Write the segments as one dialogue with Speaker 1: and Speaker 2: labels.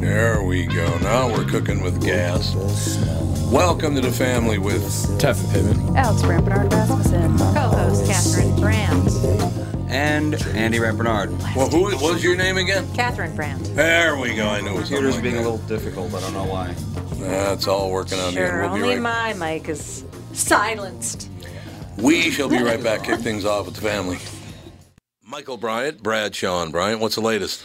Speaker 1: we go. Now we're cooking with gas. Welcome to the family with
Speaker 2: Tough pivot.
Speaker 3: Outsprint Bernard Rasmussen, co-host Catherine Brandt.
Speaker 4: and Andy Rampernard.
Speaker 1: well, who what was your name again?
Speaker 3: Catherine Brandt.
Speaker 1: There we go. I knew it was something
Speaker 4: Computer's
Speaker 1: like
Speaker 4: being a
Speaker 1: that.
Speaker 4: little difficult. I don't know why.
Speaker 1: That's all working on you.
Speaker 3: Sure,
Speaker 1: We'll be
Speaker 3: only
Speaker 1: right.
Speaker 3: my mic is silenced.
Speaker 1: we shall be right back. Kick things off with the family. Michael Bryant, Brad Sean Bryant. What's the latest?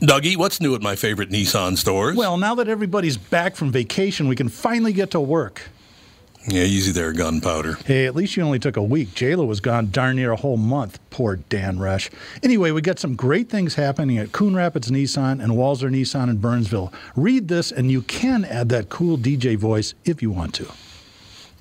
Speaker 1: Dougie, what's new at my favorite Nissan stores?
Speaker 5: Well, now that everybody's back from vacation, we can finally get to work.
Speaker 1: yeah, easy there, gunpowder.
Speaker 5: Hey, at least you only took a week. JLo was gone darn near a whole month. Poor Dan Rush. Anyway, we got some great things happening at Coon Rapids Nissan and Walzer Nissan in Burnsville. Read this, and you can add that cool DJ voice if you want to.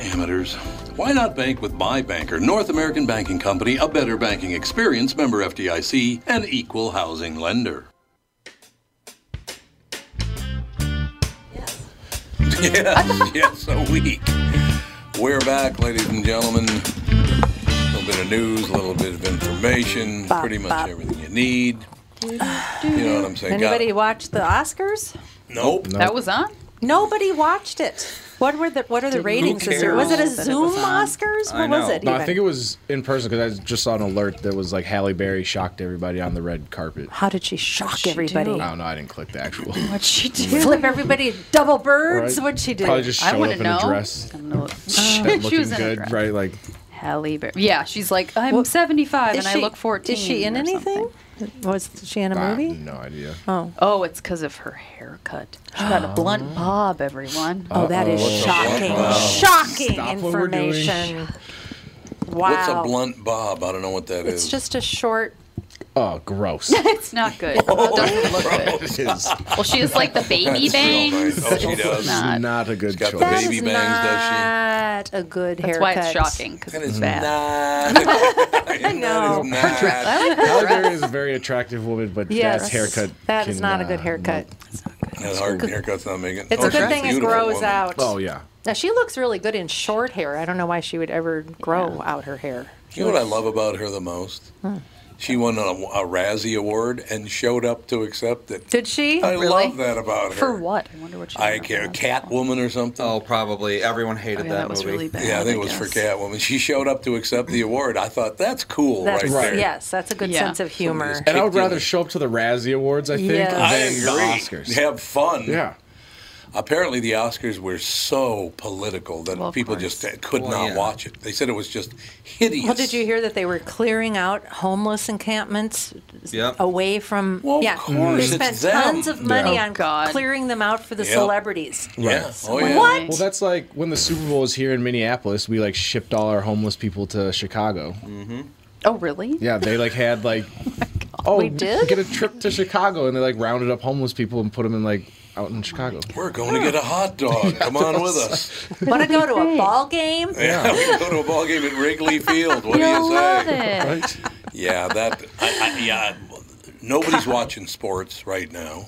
Speaker 1: Amateurs. Why not bank with my banker, North American Banking Company, a better banking experience, member FDIC, and equal housing lender? Yes, yes, a week. We're back, ladies and gentlemen. A little bit of news, a little bit of information,
Speaker 3: Bop,
Speaker 1: pretty much
Speaker 3: bop.
Speaker 1: everything you need. You know what I'm saying? Got-
Speaker 3: Anybody watch the Oscars?
Speaker 1: Nope.
Speaker 6: That was on.
Speaker 3: Nobody watched it. What were the what are the ratings this year? Was it a
Speaker 6: cares that it
Speaker 3: Zoom
Speaker 6: was on?
Speaker 3: Oscars?
Speaker 4: I
Speaker 3: What was
Speaker 4: know.
Speaker 3: it?
Speaker 2: No, I
Speaker 3: even?
Speaker 2: think it was in person because I just saw an alert that was like Halle Berry shocked everybody on the red carpet.
Speaker 3: How did she shock everybody?
Speaker 2: I don't know. I didn't click the actual.
Speaker 6: What'd she do?
Speaker 3: Flip everybody double birds?
Speaker 2: Right.
Speaker 3: What'd she do?
Speaker 2: Probably just
Speaker 6: I
Speaker 2: showed
Speaker 6: wanna
Speaker 2: up in
Speaker 6: know.
Speaker 2: a dress.
Speaker 6: she
Speaker 2: that
Speaker 6: was in
Speaker 2: looking
Speaker 6: a
Speaker 2: good,
Speaker 6: dress.
Speaker 2: right? Like
Speaker 6: Halle Berry. Yeah, she's like, I'm 75
Speaker 3: Is
Speaker 6: and I
Speaker 3: she-
Speaker 6: look 14.
Speaker 3: Is she in
Speaker 6: or
Speaker 3: anything?
Speaker 6: something.
Speaker 3: Was she in a
Speaker 2: I
Speaker 3: movie?
Speaker 2: have no idea.
Speaker 6: Oh, it's because of her haircut. She got a blunt bob, everyone.
Speaker 3: Oh, that is shocking. Shocking
Speaker 2: Stop what we're doing.
Speaker 3: information. Wow.
Speaker 1: What's a blunt bob? I don't know what that is.
Speaker 3: It's just a short.
Speaker 2: Oh, gross.
Speaker 6: It's not good. It doesn't look good.
Speaker 2: it is
Speaker 6: Well, she has like the baby bangs.
Speaker 1: Oh, she
Speaker 6: It's
Speaker 1: does.
Speaker 6: not.
Speaker 2: not a good
Speaker 1: got the
Speaker 2: choice.
Speaker 3: That
Speaker 1: Baby
Speaker 3: is
Speaker 1: bangs, does she?
Speaker 3: not a good
Speaker 6: That's
Speaker 3: haircut.
Speaker 6: why it's shocking because
Speaker 1: That
Speaker 6: it's
Speaker 1: is
Speaker 6: bad.
Speaker 1: not. I
Speaker 3: know.
Speaker 2: Halle Berry is a very attractive woman, but
Speaker 3: Yes.
Speaker 2: that haircut.
Speaker 3: That is
Speaker 2: can,
Speaker 3: not a
Speaker 2: uh,
Speaker 3: good haircut.
Speaker 1: That hard haircut's not making.
Speaker 3: It's
Speaker 1: Oh,
Speaker 3: a good
Speaker 1: she's
Speaker 3: thing it
Speaker 1: beautiful
Speaker 3: grows
Speaker 1: woman.
Speaker 3: out.
Speaker 2: Oh yeah.
Speaker 3: Now she looks really good in short hair. I don't know why she would ever grow out her hair.
Speaker 1: You know what I love about her the most? She won a, a Razzie Award and showed up to accept it.
Speaker 3: Did she?
Speaker 1: I
Speaker 3: Really?
Speaker 1: love that about her.
Speaker 6: For what? I wonder what she.
Speaker 1: I care, Catwoman or something. Oh,
Speaker 4: probably. Everyone hated
Speaker 6: Oh, yeah, that that was movie. really bad,
Speaker 1: Yeah, I think
Speaker 6: I
Speaker 1: it was for
Speaker 6: guess.
Speaker 1: Catwoman. She showed up to accept the award. I thought that's cool,
Speaker 3: That's
Speaker 1: right, there.
Speaker 3: Yes, that's a good
Speaker 6: Yeah.
Speaker 3: sense of humor.
Speaker 7: And I would rather show up to the Razzie Awards, I think,
Speaker 3: Yeah.
Speaker 1: I
Speaker 7: than
Speaker 1: agree.
Speaker 7: the Oscars.
Speaker 1: Have fun.
Speaker 7: Yeah.
Speaker 1: Apparently, the Oscars were so political that
Speaker 6: Well, of
Speaker 1: people
Speaker 6: course.
Speaker 1: just uh, could
Speaker 4: Well,
Speaker 1: not
Speaker 4: yeah.
Speaker 1: watch it. They said it was just hideous.
Speaker 3: Well, did you hear that they were clearing out homeless encampments
Speaker 4: Yep.
Speaker 3: away from?
Speaker 1: Well, of
Speaker 3: yeah,
Speaker 1: course,
Speaker 3: they spent
Speaker 1: it's them.
Speaker 3: tons of money
Speaker 6: Yeah. Oh,
Speaker 3: on
Speaker 6: God.
Speaker 3: clearing them out for the
Speaker 1: Yep.
Speaker 3: celebrities.
Speaker 1: Yeah. Oh,
Speaker 6: Wow.
Speaker 1: yeah.
Speaker 3: What?
Speaker 7: Well, that's like when the Super Bowl was here in Minneapolis, we like shipped all our homeless people to Chicago.
Speaker 1: Mm.
Speaker 6: Oh, really?
Speaker 7: Yeah, they like had like, oh,
Speaker 6: We did?
Speaker 7: get a trip to Chicago, and they like rounded up homeless people and put them in like out in Chicago.
Speaker 1: We're going to get a hot dog. Come on with us.
Speaker 3: Want to go to a ball game?
Speaker 1: Yeah, we can go to a ball game at Wrigley Field. What do
Speaker 6: You'll
Speaker 1: you
Speaker 6: love
Speaker 1: say?
Speaker 6: it.
Speaker 1: Yeah, that. I, I, yeah, nobody's watching sports right now.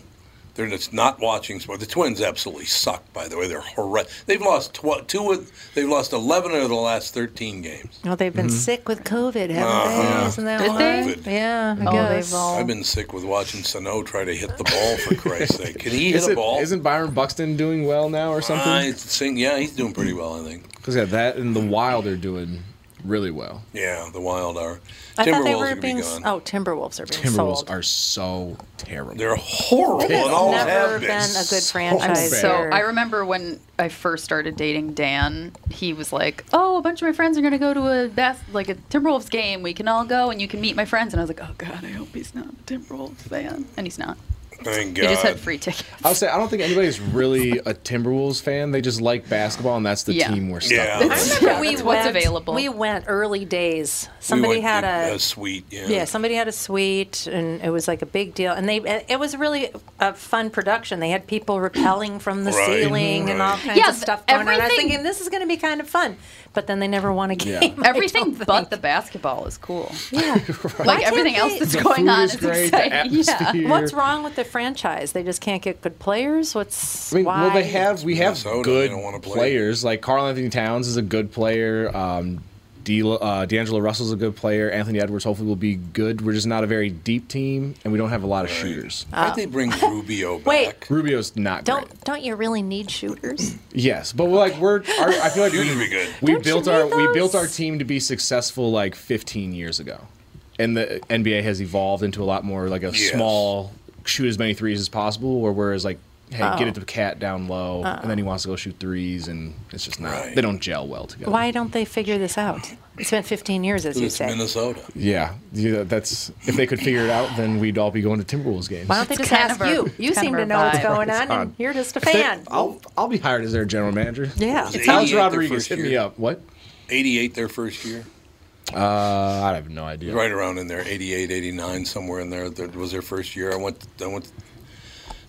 Speaker 1: They're just not watching sports. The Twins absolutely suck. By the way, they're horrendous. They've lost tw- two. Of, they've lost eleven out of the last thirteen games.
Speaker 3: No, they've been sick with COVID, haven't
Speaker 1: Mm-hmm. Uh-huh.
Speaker 3: they? Isn't that
Speaker 6: Did
Speaker 3: why?
Speaker 1: they?
Speaker 3: Yeah, I
Speaker 6: Oh,
Speaker 3: guess.
Speaker 6: they've all.
Speaker 1: I've been sick with watching Sano try to hit the ball. For Christ's sake, can he hit
Speaker 7: Isn't,
Speaker 1: a ball?
Speaker 7: isn't Byron Buxton doing well now or
Speaker 1: I
Speaker 7: something?
Speaker 1: think yeah, he's doing pretty well. I think.
Speaker 7: Because yeah, that and the Wild are doing really well.
Speaker 1: Yeah, the Wild are.
Speaker 3: I thought they
Speaker 1: Timberwolves
Speaker 3: were
Speaker 1: are going
Speaker 3: being.
Speaker 1: to be
Speaker 3: s-
Speaker 1: gone.
Speaker 3: Oh, Timberwolves are being
Speaker 7: Timberwolves
Speaker 3: sold.
Speaker 7: are so terrible.
Speaker 1: They're horrible.
Speaker 3: They've
Speaker 1: and always
Speaker 3: never
Speaker 1: have
Speaker 3: been
Speaker 1: been.
Speaker 3: a good franchise.
Speaker 6: So
Speaker 3: here.
Speaker 6: I remember when I first started dating Dan, he was like, "Oh, a bunch of my friends are gonna go to a bas- like a Timberwolves game. We can all go and you can meet my friends." And I was like, "Oh God, I hope he's not a Timberwolves fan." And he's not.
Speaker 1: Thank
Speaker 6: He just had
Speaker 1: God.
Speaker 6: free tickets.
Speaker 7: I'll say I don't think anybody's really a Timberwolves fan. They just like basketball, and that's the
Speaker 6: Yeah.
Speaker 7: team we're stuck
Speaker 1: Yeah.
Speaker 7: with.
Speaker 1: I
Speaker 3: remember
Speaker 6: Yeah,
Speaker 3: we
Speaker 6: that's
Speaker 3: went,
Speaker 6: what's available.
Speaker 3: We went early days.
Speaker 1: We
Speaker 3: Somebody
Speaker 1: went
Speaker 3: had
Speaker 1: in
Speaker 3: a,
Speaker 1: a suite. Yeah.
Speaker 3: yeah, somebody had a suite, and it was like a big deal. And they it was really a fun production. They had people rappelling from the
Speaker 1: Right.
Speaker 3: ceiling and all kinds
Speaker 6: Yeah,
Speaker 3: of stuff going on. I was
Speaker 6: everything-
Speaker 3: thinking this is going to be kind of fun, but then they never won a
Speaker 7: Yeah.
Speaker 3: game. I
Speaker 6: Everything
Speaker 3: don't
Speaker 6: but the
Speaker 3: think.
Speaker 6: basketball is cool.
Speaker 3: yeah. Why
Speaker 6: Like
Speaker 3: can't
Speaker 6: everything
Speaker 3: they-
Speaker 6: else that's
Speaker 7: The
Speaker 6: going
Speaker 7: food
Speaker 6: on
Speaker 7: is
Speaker 6: is,
Speaker 7: great, the
Speaker 6: exciting. Yeah.
Speaker 7: atmosphere.
Speaker 3: What's wrong with the franchise? They just can't get good players. What's
Speaker 7: I mean,
Speaker 3: why?
Speaker 7: well, they have we have
Speaker 1: Minnesota, they
Speaker 7: good
Speaker 1: don't wanna play.
Speaker 7: players. Like Carl Anthony Towns is a good player. Um, D, uh, D'Angelo Russell's a good player. Anthony Edwards hopefully will be good. We're just not a very deep team, and we don't have a lot of shooters.
Speaker 1: Why'd they bring Rubio back?
Speaker 3: uh, Wait.
Speaker 7: Rubio's not
Speaker 3: don't
Speaker 7: great.
Speaker 3: don't you really need shooters?
Speaker 7: Yes, but we're like we're. Our, I feel like
Speaker 1: Dude,
Speaker 7: we,
Speaker 1: he'd be good.
Speaker 7: we
Speaker 3: Don't you
Speaker 7: built our
Speaker 3: need
Speaker 7: we built
Speaker 3: those?
Speaker 7: our team to be successful like 15 years ago, and the NBA has evolved into a lot more like a
Speaker 1: Yes.
Speaker 7: small shoot as many threes as possible, or whereas like hey get
Speaker 3: Oh.
Speaker 7: it to cat down low,
Speaker 3: Uh.
Speaker 7: and then he wants to go shoot threes, and it's just not
Speaker 1: Right.
Speaker 7: they don't gel well together.
Speaker 3: Why don't they figure this out? It's been 15 years, as you
Speaker 1: It's
Speaker 3: say.
Speaker 1: Minnesota.
Speaker 7: Yeah, yeah, that's if they could figure it out, then we'd all be going to Timberwolves games.
Speaker 3: Why don't they
Speaker 6: It's
Speaker 3: just
Speaker 6: kind
Speaker 3: ask
Speaker 6: of our-
Speaker 3: you?
Speaker 6: it's
Speaker 3: You
Speaker 6: kind
Speaker 3: seem
Speaker 6: of
Speaker 3: to
Speaker 6: our
Speaker 3: know what's
Speaker 6: vibe.
Speaker 3: going
Speaker 7: It's
Speaker 3: on, and
Speaker 7: odd.
Speaker 3: you're just a
Speaker 7: If they-
Speaker 3: fan.
Speaker 7: I'll I'll be hired as their general manager.
Speaker 3: Yeah.
Speaker 1: It was 88
Speaker 7: Alex
Speaker 1: their
Speaker 7: Rodriguez
Speaker 1: first
Speaker 7: hit me
Speaker 1: year.
Speaker 7: up. What?
Speaker 1: 88 their first year.
Speaker 7: Uh, I have no idea.
Speaker 1: Right around in there, 88, 89, somewhere in there. That was their first year. I went I went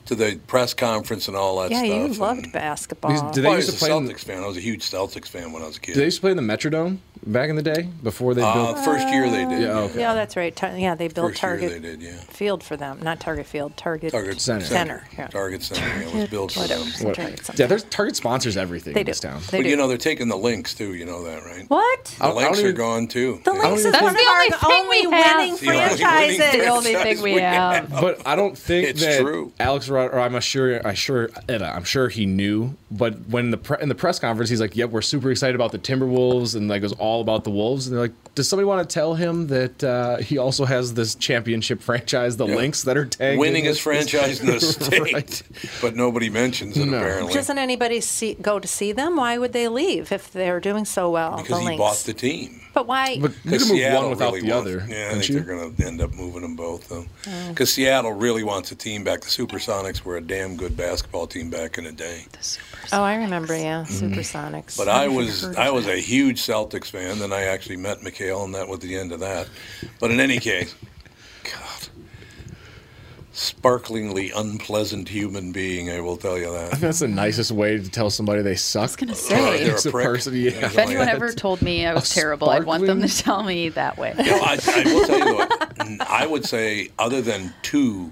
Speaker 1: to the press conference and all that
Speaker 3: yeah,
Speaker 1: stuff.
Speaker 3: you
Speaker 1: and-
Speaker 3: loved basketball.
Speaker 7: Did they
Speaker 1: Well, I
Speaker 7: used
Speaker 1: was
Speaker 7: to
Speaker 1: a
Speaker 7: play in the-
Speaker 1: Celtics fan. I was a huge Celtics fan when I was a kid.
Speaker 7: Did they used to play in the Metrodome back in the day before they
Speaker 1: uh,
Speaker 7: built?
Speaker 1: first year they did.
Speaker 7: Yeah, okay.
Speaker 3: Yeah, that's right. Tar- yeah, they built
Speaker 1: First
Speaker 3: Target
Speaker 1: year they did, yeah.
Speaker 3: Field for them. Not Target Field, Target,
Speaker 1: Target
Speaker 7: Center.
Speaker 3: Center. Yeah.
Speaker 1: Target Center. Yeah, it was built for
Speaker 3: Whatever.
Speaker 1: them.
Speaker 3: Some Target
Speaker 7: Yeah,
Speaker 3: something.
Speaker 7: there's Target sponsors everything
Speaker 3: they
Speaker 7: in
Speaker 3: do.
Speaker 7: this town.
Speaker 3: They
Speaker 1: But
Speaker 3: do.
Speaker 1: you know, they're taking the links too. You know that, right?
Speaker 3: what?
Speaker 1: The
Speaker 7: I don't
Speaker 1: links are
Speaker 7: even-
Speaker 1: gone too.
Speaker 3: The
Speaker 1: Yeah.
Speaker 3: Lynx is
Speaker 6: That's
Speaker 3: one
Speaker 6: the
Speaker 3: of
Speaker 6: only
Speaker 3: our
Speaker 6: thing we
Speaker 3: only
Speaker 6: have.
Speaker 3: winning
Speaker 1: The only winning
Speaker 3: franchises.
Speaker 6: The only thing we have.
Speaker 7: But I don't think
Speaker 1: It's
Speaker 7: that
Speaker 1: true.
Speaker 7: Alex Rod, or I'm sure, I sure, I'm sure he knew. But when the pre- in the press conference, he's like, "Yep, we're super excited about the Timberwolves," and like it was all about the Wolves. And they're like, "Does somebody want to tell him that uh, he also has this championship franchise, the Lynx, that are tagged
Speaker 1: Winning
Speaker 7: in
Speaker 1: his
Speaker 7: with this?"
Speaker 1: franchise in the state, but nobody mentions it apparently.
Speaker 3: Doesn't anybody see, go to see them? Why would they leave if they're doing so well?
Speaker 1: because
Speaker 3: the
Speaker 1: he
Speaker 3: Lynx.
Speaker 1: bought the team.
Speaker 3: but why?
Speaker 7: But you
Speaker 1: Because
Speaker 7: can move
Speaker 1: Seattle
Speaker 7: one without
Speaker 1: really
Speaker 7: the
Speaker 1: wants-
Speaker 7: other.
Speaker 1: Yeah, I
Speaker 7: can't
Speaker 1: think
Speaker 7: you?
Speaker 1: they're going to end up moving them both, though.
Speaker 6: Oh.
Speaker 1: Because Seattle really wants a team back. The Supersonics were a damn good basketball team back in the day.
Speaker 3: oh, I remember. Yeah, Supersonics.
Speaker 1: Mm-hmm. But I was I was a huge Celtics fan. Then I actually met Mikhail, and that was the end of that. But in any case, God, sparklingly unpleasant human being, I will tell you that.
Speaker 7: That's the nicest way to tell somebody they suck. I was
Speaker 6: gonna say.
Speaker 1: They're a
Speaker 7: it's a
Speaker 1: prick.
Speaker 7: person. Yeah.
Speaker 6: If anyone ever told me I was terrible, I'd want them to tell me that way.
Speaker 1: You know, I, I will tell you though, I would say other than two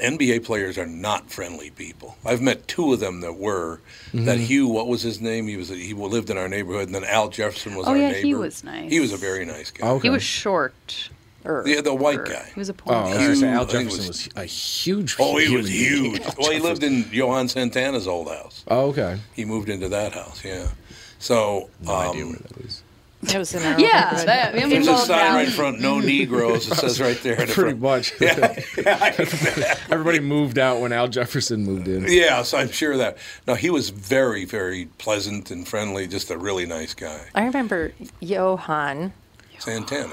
Speaker 1: NBA players are not friendly people. I've met two of them that were. That
Speaker 6: Mhm.
Speaker 7: Mm-hmm.
Speaker 1: Hugh, what was his name? He was he lived in our neighborhood, and then Al Jefferson was
Speaker 6: Oh,
Speaker 1: our
Speaker 6: yeah,
Speaker 1: neighbor.
Speaker 6: he was nice.
Speaker 1: He was a very nice guy.
Speaker 6: He was short.
Speaker 3: Er,
Speaker 1: Yeah, the white guy.
Speaker 6: He was a
Speaker 7: Oh,
Speaker 6: poor.
Speaker 7: I was gonna say,
Speaker 1: Huge,
Speaker 7: Al
Speaker 1: I think it was-
Speaker 7: Jefferson was a huge.
Speaker 1: Oh, he was
Speaker 7: human-
Speaker 1: huge. well, he lived in Johan Santana's old house.
Speaker 7: Oh, okay.
Speaker 1: He moved into that house. Yeah. So. No um, idea where
Speaker 7: that was.
Speaker 3: It was in our
Speaker 6: Yeah,
Speaker 3: neighborhood.
Speaker 6: that- I mean,
Speaker 1: There's a
Speaker 6: Involved
Speaker 1: sign
Speaker 6: now.
Speaker 1: right in front, no Negroes. It says right there. in the
Speaker 7: Pretty
Speaker 1: front.
Speaker 7: much. Everybody moved out when Al Jefferson moved in.
Speaker 1: Yeah, so I'm sure of that. No, he was very, very pleasant and friendly. Just a really nice guy,
Speaker 3: I remember Johan
Speaker 1: Santana.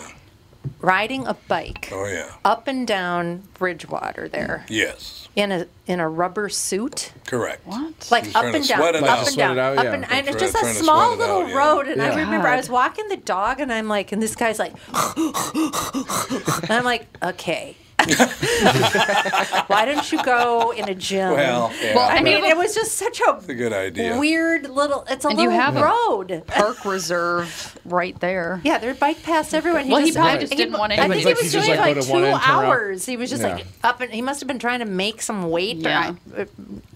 Speaker 3: riding a bike
Speaker 1: Oh yeah.
Speaker 3: up and down Bridgewater there
Speaker 1: Yes,
Speaker 3: in a in a rubber suit.
Speaker 1: correct.
Speaker 3: Like
Speaker 1: He's
Speaker 3: up
Speaker 1: trying to
Speaker 3: and down,
Speaker 1: sweat
Speaker 3: up
Speaker 1: it out. Trying
Speaker 3: and down,
Speaker 1: to
Speaker 3: up
Speaker 1: sweat it out,
Speaker 3: and, and
Speaker 1: yeah.
Speaker 3: it's just
Speaker 1: Trying
Speaker 3: a
Speaker 1: to
Speaker 3: small
Speaker 1: sweat it
Speaker 3: little
Speaker 1: out, yeah.
Speaker 3: road. And
Speaker 1: Yeah.
Speaker 3: I remember I was walking the dog, and I'm like, and this guy's like, and I'm like, okay. Why don't you go in a gym?
Speaker 1: Well, yeah.
Speaker 3: I mean,
Speaker 6: Well-
Speaker 3: it was just such a
Speaker 1: It's a good idea.
Speaker 3: weird little. It's a
Speaker 6: And you
Speaker 3: little
Speaker 6: have a
Speaker 3: road.
Speaker 6: Park Reserve right there.
Speaker 3: Yeah, their bike passed everyone.
Speaker 6: Well, he probably just didn't want
Speaker 3: I
Speaker 6: anything.
Speaker 3: think
Speaker 7: Like,
Speaker 3: he
Speaker 7: he
Speaker 3: was
Speaker 7: just,
Speaker 3: doing
Speaker 7: like,
Speaker 3: like,
Speaker 7: go to one
Speaker 3: two
Speaker 7: end, turn around.
Speaker 3: hours. He was just like up and he must have been trying to make some weight.
Speaker 6: Yeah.
Speaker 3: Or,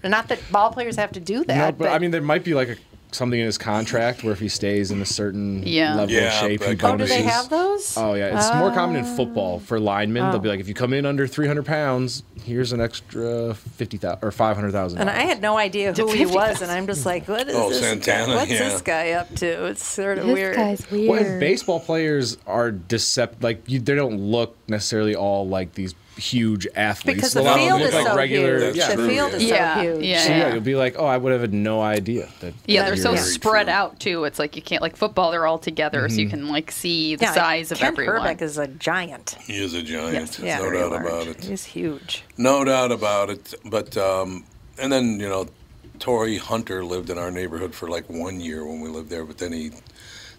Speaker 3: uh, not that ball players have to do that.
Speaker 7: no, but, I mean, there might be like a, something in his contract where if he stays in a certain
Speaker 3: Yeah.
Speaker 7: level
Speaker 1: Yeah,
Speaker 7: of shape, he
Speaker 1: but- Oh,
Speaker 3: do they
Speaker 7: bonuses.
Speaker 3: have those?
Speaker 7: Oh yeah, it's more common in football for linemen.
Speaker 3: Oh.
Speaker 7: They'll be like, if you come in under three hundred pounds, here's an extra fifty thousand or five hundred thousand.
Speaker 3: and I had no idea who he was, and I'm just like, what is
Speaker 7: Oh,
Speaker 3: this?
Speaker 7: Santana,
Speaker 3: What's
Speaker 7: yeah.
Speaker 3: this guy up to? It's sort of
Speaker 6: This
Speaker 3: weird.
Speaker 6: guy's
Speaker 7: Well, and baseball players are decept like you, they don't look necessarily all like these huge athletes.
Speaker 3: Because
Speaker 7: A
Speaker 3: the
Speaker 7: lot of them
Speaker 3: field
Speaker 7: look
Speaker 3: is
Speaker 7: like
Speaker 3: so
Speaker 7: regular,
Speaker 3: huge.
Speaker 7: Yeah.
Speaker 3: The field is
Speaker 6: Yeah,
Speaker 3: so huge.
Speaker 6: yeah,
Speaker 7: So,
Speaker 6: yeah.
Speaker 7: you'll be like, oh, I would have no idea that.
Speaker 6: Yeah,
Speaker 7: that
Speaker 6: they're so
Speaker 7: you're-
Speaker 6: spread out too. It's like you can't like football. They're all together, so
Speaker 7: Mm-hmm.
Speaker 6: you can like see the
Speaker 3: Yeah,
Speaker 6: size of
Speaker 3: Ken
Speaker 6: everyone.
Speaker 3: Herbeck is a giant.
Speaker 1: He is a giant.
Speaker 3: Yes, yeah.
Speaker 1: no
Speaker 3: Very
Speaker 1: doubt
Speaker 3: large.
Speaker 1: about it.
Speaker 3: He's huge.
Speaker 1: No doubt about it. But um, and then you know, Tory Hunter lived in our neighborhood for like one year when we lived there. But then he,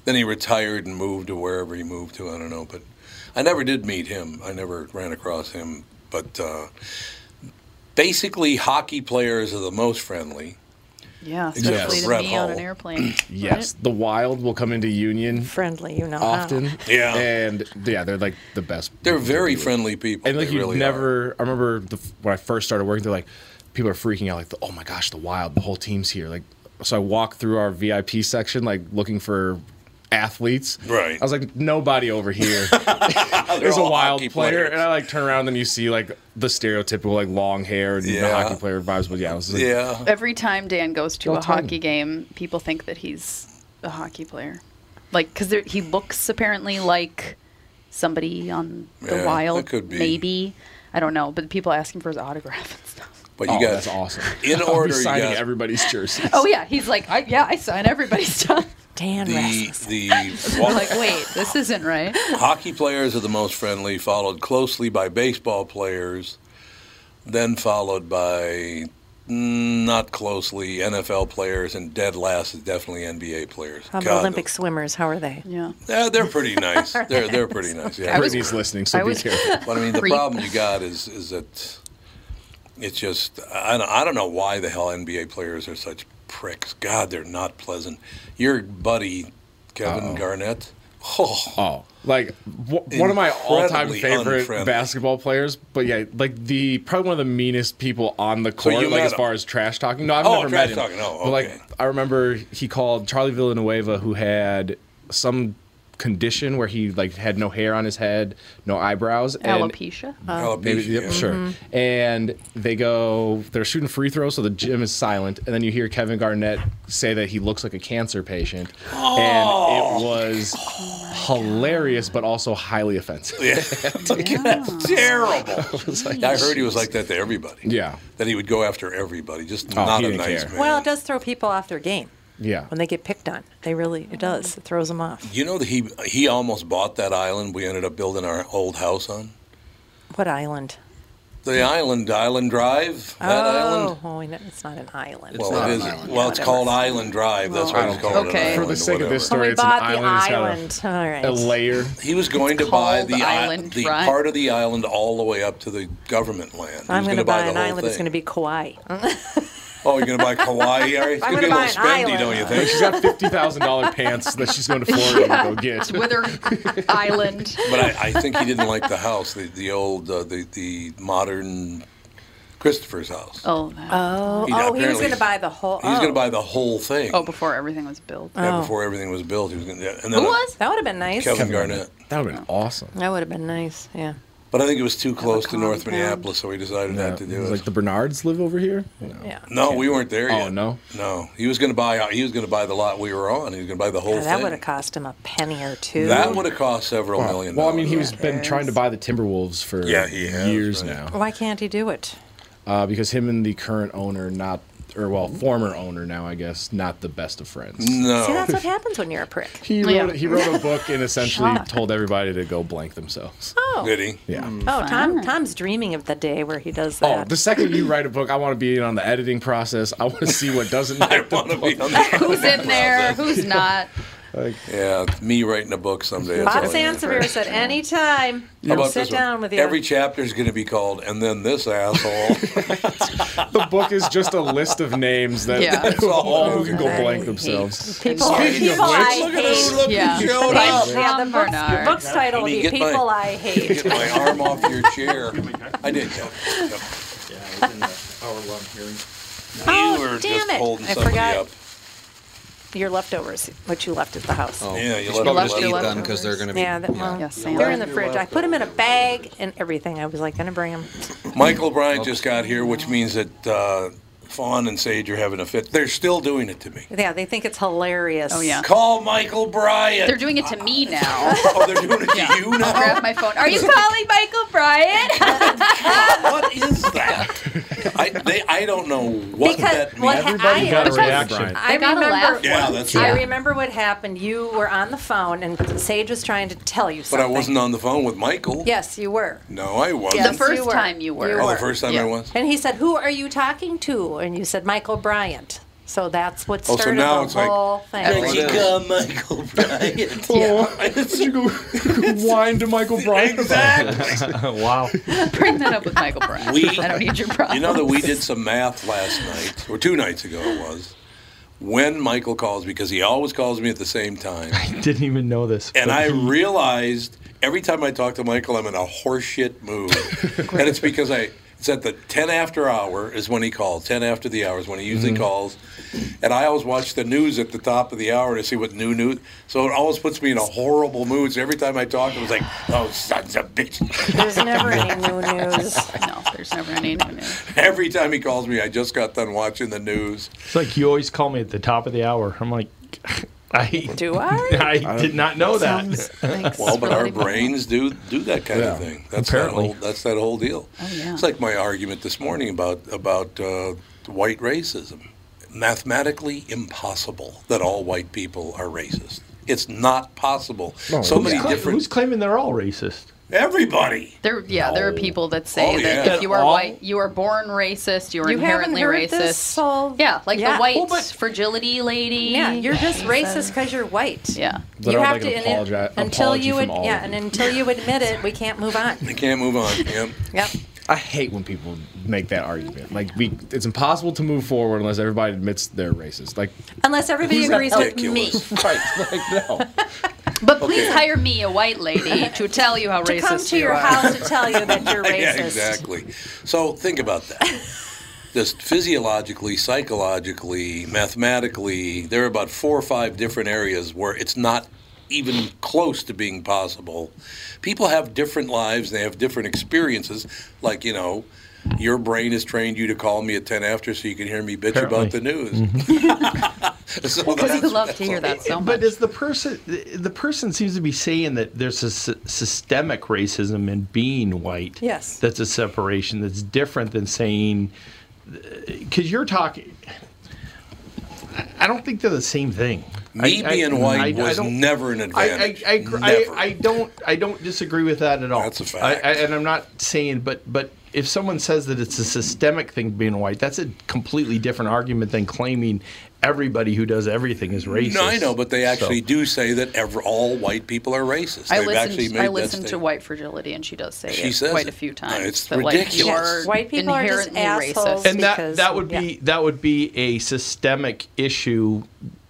Speaker 1: then he retired and moved to wherever he moved to. I don't know. But I never did meet him. I never ran across him. But uh, basically, hockey players are the most friendly.
Speaker 6: yeah,
Speaker 1: Except for
Speaker 6: especially to
Speaker 1: Brett
Speaker 6: be on an
Speaker 1: Hull.
Speaker 6: airplane.
Speaker 7: Yes, the Wild will come into Union
Speaker 3: Friendly, you know. Oh, how.
Speaker 7: often.
Speaker 1: Yeah.
Speaker 7: and yeah, they're like the best.
Speaker 1: They're very friendly people.
Speaker 7: And like
Speaker 1: They
Speaker 7: you
Speaker 1: really are.
Speaker 7: never, I remember the, f- when I first started working, they're like, people are freaking out, like, oh my gosh, the wild, the whole team's here. Like, so I walked through our VIP section, like looking for athletes.
Speaker 1: Right.
Speaker 7: I was like, nobody over here. There's a
Speaker 1: all
Speaker 7: wild
Speaker 1: hockey
Speaker 7: player,
Speaker 1: players.
Speaker 7: and I like turn around, and then you see like the stereotypical like long hair and you know,
Speaker 1: Yeah.
Speaker 7: hockey player vibes. But yeah, I was like,
Speaker 1: Yeah.
Speaker 6: Every time Dan goes to
Speaker 7: Don't
Speaker 6: a
Speaker 7: tell
Speaker 6: hockey game, people think that he's a hockey player, like because he looks apparently like somebody on the
Speaker 1: Yeah,
Speaker 6: wild.
Speaker 1: that could be.
Speaker 6: Maybe I don't know, but people ask him for his autograph and stuff.
Speaker 1: But you
Speaker 7: Oh,
Speaker 1: got
Speaker 7: that's awesome.
Speaker 1: In
Speaker 7: I'll be
Speaker 1: order, you
Speaker 7: signing
Speaker 1: got-
Speaker 7: everybody's jerseys.
Speaker 6: Oh yeah, he's like, I, yeah, I sign everybody's stuff.
Speaker 3: Dan
Speaker 1: the
Speaker 3: Rasmussen.
Speaker 1: the
Speaker 6: I'm like, wait, this isn't right.
Speaker 1: Hockey players are the most friendly, followed closely by baseball players, then followed by mm, not closely NFL players, and dead last is definitely NBA players.
Speaker 3: How about
Speaker 1: God,
Speaker 3: Olympic swimmers? How are they?
Speaker 6: Yeah.
Speaker 1: Yeah, they're pretty nice. they're they're pretty nice. Yeah.
Speaker 6: I was-
Speaker 7: Brittany's listening, so
Speaker 6: I
Speaker 7: be
Speaker 6: was-
Speaker 7: careful.
Speaker 1: But I mean, the
Speaker 6: Creep.
Speaker 1: problem you got is is that it's just I don't, I don't know why the hell NBA players are such pricks. God, they're not pleasant. Your buddy Kevin Garnett. Oh,
Speaker 7: Oh, like w- one of my all-time
Speaker 1: Incredibly
Speaker 7: favorite
Speaker 1: unfriendly.
Speaker 7: basketball players. But yeah, like the probably one of the meanest people on the court.
Speaker 1: you
Speaker 7: like
Speaker 1: met
Speaker 7: as
Speaker 1: him?
Speaker 7: far as trash talking. No, I've
Speaker 1: Oh,
Speaker 7: never
Speaker 1: trash
Speaker 7: met him.
Speaker 1: talking. Oh,
Speaker 7: But
Speaker 1: okay.
Speaker 7: like I remember he called Charlie Villanueva, who had some condition where he like had no hair on his head, no eyebrows, and
Speaker 6: Alopecia. Uh,
Speaker 1: alopecia,
Speaker 7: Maybe, yep,
Speaker 1: yeah.
Speaker 7: sure. And they go, they're shooting free throws, so the gym is silent. And then you hear Kevin Garnett say that he looks like a cancer patient.
Speaker 1: Oh.
Speaker 7: And it was hilarious, but also highly offensive.
Speaker 1: Yeah. terrible. I heard he was like that to everybody.
Speaker 7: Yeah.
Speaker 1: That he would go after everybody. Just
Speaker 7: Oh,
Speaker 1: not
Speaker 7: he
Speaker 1: a
Speaker 7: didn't
Speaker 1: nice
Speaker 7: care.
Speaker 1: man.
Speaker 3: Well, it does throw people off their game
Speaker 7: Yeah.
Speaker 3: when they get picked on. They really, it does. It throws them off.
Speaker 1: you know that he he almost bought that island we ended up building our old house on?
Speaker 3: What island?
Speaker 1: The
Speaker 7: Hmm.
Speaker 1: island, Island Drive. That island?
Speaker 3: Oh, wait, no, it's not an island.
Speaker 1: Well,
Speaker 7: not
Speaker 1: it
Speaker 7: an
Speaker 1: is.
Speaker 7: island.
Speaker 1: Well, it's
Speaker 3: Whatever.
Speaker 1: called Island Drive. That's
Speaker 6: Well,
Speaker 1: what it's called. an
Speaker 6: okay.
Speaker 1: island,
Speaker 7: For the sake of this
Speaker 1: whatever.
Speaker 7: story,
Speaker 3: Oh, we
Speaker 7: it's an
Speaker 3: bought the
Speaker 7: island. It's got a-
Speaker 3: island. All right.
Speaker 7: A layer.
Speaker 1: He was going to buy
Speaker 6: called
Speaker 1: the, i-
Speaker 6: Island
Speaker 1: the
Speaker 6: Drive.
Speaker 1: part of the island all the way up to the government land. He was
Speaker 3: I'm going
Speaker 1: gonna
Speaker 3: to buy
Speaker 1: the
Speaker 3: an
Speaker 1: whole
Speaker 3: island. It's
Speaker 1: thing.
Speaker 3: going to be Kauai.
Speaker 1: Oh, you're going to buy Kauai? All right, It's
Speaker 3: I'm
Speaker 1: going to be a little
Speaker 3: gonna buy an
Speaker 1: spendy,
Speaker 3: island.
Speaker 1: don't you
Speaker 7: Like
Speaker 1: think?
Speaker 7: she's got fifty thousand dollar pants that she's going to Florida to go get.
Speaker 6: Wither Island.
Speaker 1: But I, I think he didn't like the house, the, the old, uh, the, the modern Christopher's house.
Speaker 6: Oh,
Speaker 7: Uh,
Speaker 3: Oh,
Speaker 1: He
Speaker 3: oh, he was
Speaker 1: apparently-
Speaker 3: going to buy the whole. oh.
Speaker 1: He's going to buy the whole thing.
Speaker 6: oh, before everything was built.
Speaker 1: Yeah, before everything was built, he was going to. And
Speaker 3: Who
Speaker 1: then uh,
Speaker 3: was? That would have been nice.
Speaker 1: Kevin Garnett.
Speaker 2: That would have been awesome.
Speaker 3: That would have been nice. Yeah.
Speaker 1: But I think it was too close to North Minneapolis, so we decided not to do it.
Speaker 2: Like the Bernards live over here.
Speaker 3: Yeah.
Speaker 1: No, we weren't there
Speaker 2: Oh,
Speaker 1: yet.
Speaker 2: no?
Speaker 1: no. He was going to buy. He was going to buy the lot we were on. He was going to buy the whole
Speaker 3: Yeah, that would
Speaker 1: thing.
Speaker 3: have cost him a penny or two.
Speaker 1: That would have cost several
Speaker 2: Wow.
Speaker 1: million.
Speaker 2: Well, I
Speaker 1: dollars.
Speaker 2: mean, he's been trying to buy the Timberwolves for
Speaker 1: Yeah, he has,
Speaker 2: years
Speaker 1: right.
Speaker 2: now
Speaker 3: Why can't he do it?
Speaker 2: uh, because him and the current owner, not or well, former owner now, I guess, not the best of friends.
Speaker 3: See,
Speaker 1: no.
Speaker 3: that's what happens when you're a prick.
Speaker 2: He wrote,
Speaker 6: Yeah.
Speaker 2: he wrote a book and essentially
Speaker 3: Shock.
Speaker 2: told everybody to go blank themselves.
Speaker 3: Oh.
Speaker 1: Did he?
Speaker 2: Yeah.
Speaker 3: Oh, Tom. Tom's dreaming of the day where he does
Speaker 2: Oh,
Speaker 3: that.
Speaker 2: the second you write a book, I want to be in on the editing process. I want to see what doesn't
Speaker 1: I
Speaker 2: make the
Speaker 1: want to
Speaker 2: book.
Speaker 1: be on the.
Speaker 6: Who's in there? Who's not?
Speaker 1: Yeah, it's me writing a book someday. that's
Speaker 3: Bob
Speaker 1: all I know.
Speaker 3: Sansevier said, "Anytime,
Speaker 1: How about
Speaker 3: sit
Speaker 1: this one?
Speaker 3: down with you."
Speaker 1: Every chapter is going to be called, and then this asshole.
Speaker 2: The book is just a list of names that
Speaker 6: Yeah.
Speaker 2: that will all
Speaker 1: Okay.
Speaker 2: go blank themselves.
Speaker 3: people,
Speaker 1: Speaking of
Speaker 3: people
Speaker 1: which,
Speaker 3: I
Speaker 1: look at
Speaker 3: hate.
Speaker 1: who look
Speaker 6: Yeah.
Speaker 1: who showed
Speaker 3: Yeah,
Speaker 1: up.
Speaker 3: the
Speaker 6: Tom
Speaker 3: book's, the
Speaker 6: Bernard.
Speaker 3: book's title will
Speaker 1: Let me
Speaker 3: be
Speaker 1: get my-
Speaker 3: "People I Hate."
Speaker 1: Get my arm off your chair. I did. Yep. Yep.
Speaker 3: Oh,
Speaker 1: you were
Speaker 3: damn
Speaker 1: just
Speaker 3: it.
Speaker 1: holding
Speaker 3: I
Speaker 1: somebody
Speaker 3: forgot.
Speaker 1: up.
Speaker 3: Your leftovers, what you left at the house.
Speaker 4: Oh.
Speaker 1: Yeah, you
Speaker 6: probably
Speaker 1: left
Speaker 6: should
Speaker 1: it
Speaker 6: eat
Speaker 1: alone.
Speaker 6: them.
Speaker 4: because they're going to be.
Speaker 3: Yeah, that, well,
Speaker 6: Yeah, Sam.
Speaker 3: they're in the fridge. I put them in a bag and everything. I was like, gonna bring them.
Speaker 1: Michael Bryant just got here, which means that uh, Fawn and Sage are having a fit. They're still doing it to me.
Speaker 3: Yeah, they think it's hilarious.
Speaker 6: Oh, yeah.
Speaker 1: Call Michael Bryant.
Speaker 6: They're doing it to me now.
Speaker 1: oh, they're doing it to you
Speaker 6: I'll
Speaker 1: now.
Speaker 6: grab my phone. Are you calling Michael Bryant?
Speaker 1: what is that? I, they, I don't know what
Speaker 3: Because
Speaker 1: that means.
Speaker 3: what ha- I,
Speaker 2: Everybody got a
Speaker 3: because
Speaker 2: reaction.
Speaker 3: I
Speaker 6: They gotta
Speaker 3: remember.
Speaker 6: laugh.
Speaker 1: yeah, that's
Speaker 3: I
Speaker 1: right.
Speaker 3: remember what happened. You were on the phone, and Sage was trying to tell you
Speaker 1: But I
Speaker 3: something.
Speaker 1: wasn't on the phone with Michael.
Speaker 3: Yes, you were.
Speaker 1: No, I wasn't.
Speaker 6: The
Speaker 3: Yes,
Speaker 6: first
Speaker 3: you were.
Speaker 6: time you were.
Speaker 1: oh, the first time
Speaker 6: Yeah.
Speaker 1: I was.
Speaker 3: And he said, "Who are you talking to?" And you said, "Michael Bryant." So that's what
Speaker 1: Oh, so
Speaker 3: started
Speaker 1: now
Speaker 3: the
Speaker 1: it's like-
Speaker 3: whole thing.
Speaker 6: Everything.
Speaker 1: Mexico Michael Bryant.
Speaker 2: Wine to Michael Bryant.
Speaker 1: exactly.
Speaker 7: wow.
Speaker 6: Bring that up with Michael Bryant.
Speaker 1: We-
Speaker 6: I don't need your problem.
Speaker 1: You know that we did some math last night, or two nights ago it was, when Michael calls because he always calls me at the same time,
Speaker 7: Didn't even know this.
Speaker 1: and
Speaker 7: but
Speaker 1: I
Speaker 7: he-
Speaker 1: realized every time I talk to Michael, I'm in a horseshit mood, and it's because I. It's at the ten after hour is when he calls. Ten after the hour is when he usually calls, and I always watch the news at the top of the hour to see what new news. So it always puts me in a horrible mood. So every time I talk, it was like, "Oh, sons of bitch!"
Speaker 3: There's never any new news.
Speaker 6: No, there's never any new news.
Speaker 1: Every time he calls me, I just got done watching the news.
Speaker 7: It's like you always call me at the top of the hour. I'm like, I
Speaker 3: Do I?
Speaker 7: I did not know Oh, that.
Speaker 6: Sounds like
Speaker 1: Well, but our
Speaker 6: really-
Speaker 1: brains do do that kind of
Speaker 2: Yeah,
Speaker 1: thing. That's
Speaker 7: apparently.
Speaker 1: that whole, that's that whole deal. Oh,
Speaker 6: yeah.
Speaker 1: It's like my argument this morning about about uh, white racism. Mathematically impossible that all white people are racist. It's not possible. so many
Speaker 7: Cla-
Speaker 1: different
Speaker 7: Who's claiming they're all racist?
Speaker 1: everybody.
Speaker 6: There, yeah, there are people that say
Speaker 1: Oh,
Speaker 6: that
Speaker 1: yeah.
Speaker 6: if you are
Speaker 7: That all-
Speaker 6: white, you are born racist, you are
Speaker 3: You haven't
Speaker 6: inherently
Speaker 3: heard
Speaker 6: racist.
Speaker 3: this whole-
Speaker 6: yeah, like
Speaker 3: Yeah.
Speaker 6: the white
Speaker 3: Well,
Speaker 6: fragility lady.
Speaker 3: Yeah, you're just racist because you're white.
Speaker 6: Yeah.
Speaker 2: But
Speaker 3: you
Speaker 2: I would
Speaker 3: have
Speaker 2: like
Speaker 3: to
Speaker 2: an
Speaker 3: and it-
Speaker 2: apologi-
Speaker 3: until
Speaker 2: apology
Speaker 3: you
Speaker 2: from
Speaker 3: ad-
Speaker 2: all
Speaker 3: yeah,
Speaker 2: of
Speaker 3: and
Speaker 2: you.
Speaker 3: until you admit it, we can't move on.
Speaker 1: They can't move on. Yeah.
Speaker 3: Yep.
Speaker 2: I hate when people make that argument. Like we, it's impossible to move forward unless everybody admits they're racist. Like,
Speaker 3: Unless everybody
Speaker 1: Who's
Speaker 3: agrees with me.
Speaker 1: ridiculous?
Speaker 2: right? Like no.
Speaker 6: But please hire me, a white lady, to tell you how
Speaker 3: To
Speaker 6: racist
Speaker 3: come to
Speaker 6: you
Speaker 3: your
Speaker 6: are.
Speaker 3: house to tell you that you're racist.
Speaker 1: Yeah, exactly. So think about that. Just physiologically, psychologically, mathematically, there are about four or five different areas where it's not even close to being possible. People have different lives, they have different experiences. Like, you know, your brain has trained you to call me at 10 after so you can hear me bitch about the
Speaker 7: Apparently. Mm-hmm.
Speaker 1: news. so
Speaker 6: Because
Speaker 1: that's-
Speaker 6: you love to hear that so much.
Speaker 7: But is the person the person seems to be saying that there's a sy- systemic racism in being white?
Speaker 3: Yes.
Speaker 7: that's a separation that's different than saying because you're talking. I don't think they're the same thing.
Speaker 1: me
Speaker 7: I- I-
Speaker 1: being white
Speaker 7: I- I
Speaker 1: was
Speaker 7: don't-
Speaker 1: never an
Speaker 7: I,
Speaker 1: advantage.
Speaker 7: I, I, gr- I,
Speaker 1: Never.
Speaker 7: I don't I don't disagree with that at all.
Speaker 1: That's a fact.
Speaker 7: I, I, and I'm not saying, but but if someone says that it's a systemic thing being white, that's a completely different argument than claiming everybody who does everything is racist.
Speaker 1: No, I know, but they
Speaker 7: So-
Speaker 1: actually do say that ever, all white people are racist.
Speaker 6: I
Speaker 1: They've actually
Speaker 6: listened.
Speaker 1: made
Speaker 6: I
Speaker 1: that
Speaker 6: listened to
Speaker 1: statement.
Speaker 6: White Fragility, and she does say
Speaker 1: She
Speaker 6: it
Speaker 1: says
Speaker 6: quite
Speaker 1: it.
Speaker 6: a few
Speaker 1: No,
Speaker 6: times.
Speaker 1: it's
Speaker 6: that, like, you
Speaker 1: ridiculous.
Speaker 6: are
Speaker 3: White people are just
Speaker 6: inherently
Speaker 3: assholes.
Speaker 6: racist.
Speaker 7: and that
Speaker 3: because-
Speaker 7: that would be
Speaker 3: yeah.
Speaker 7: that would be a systemic issue,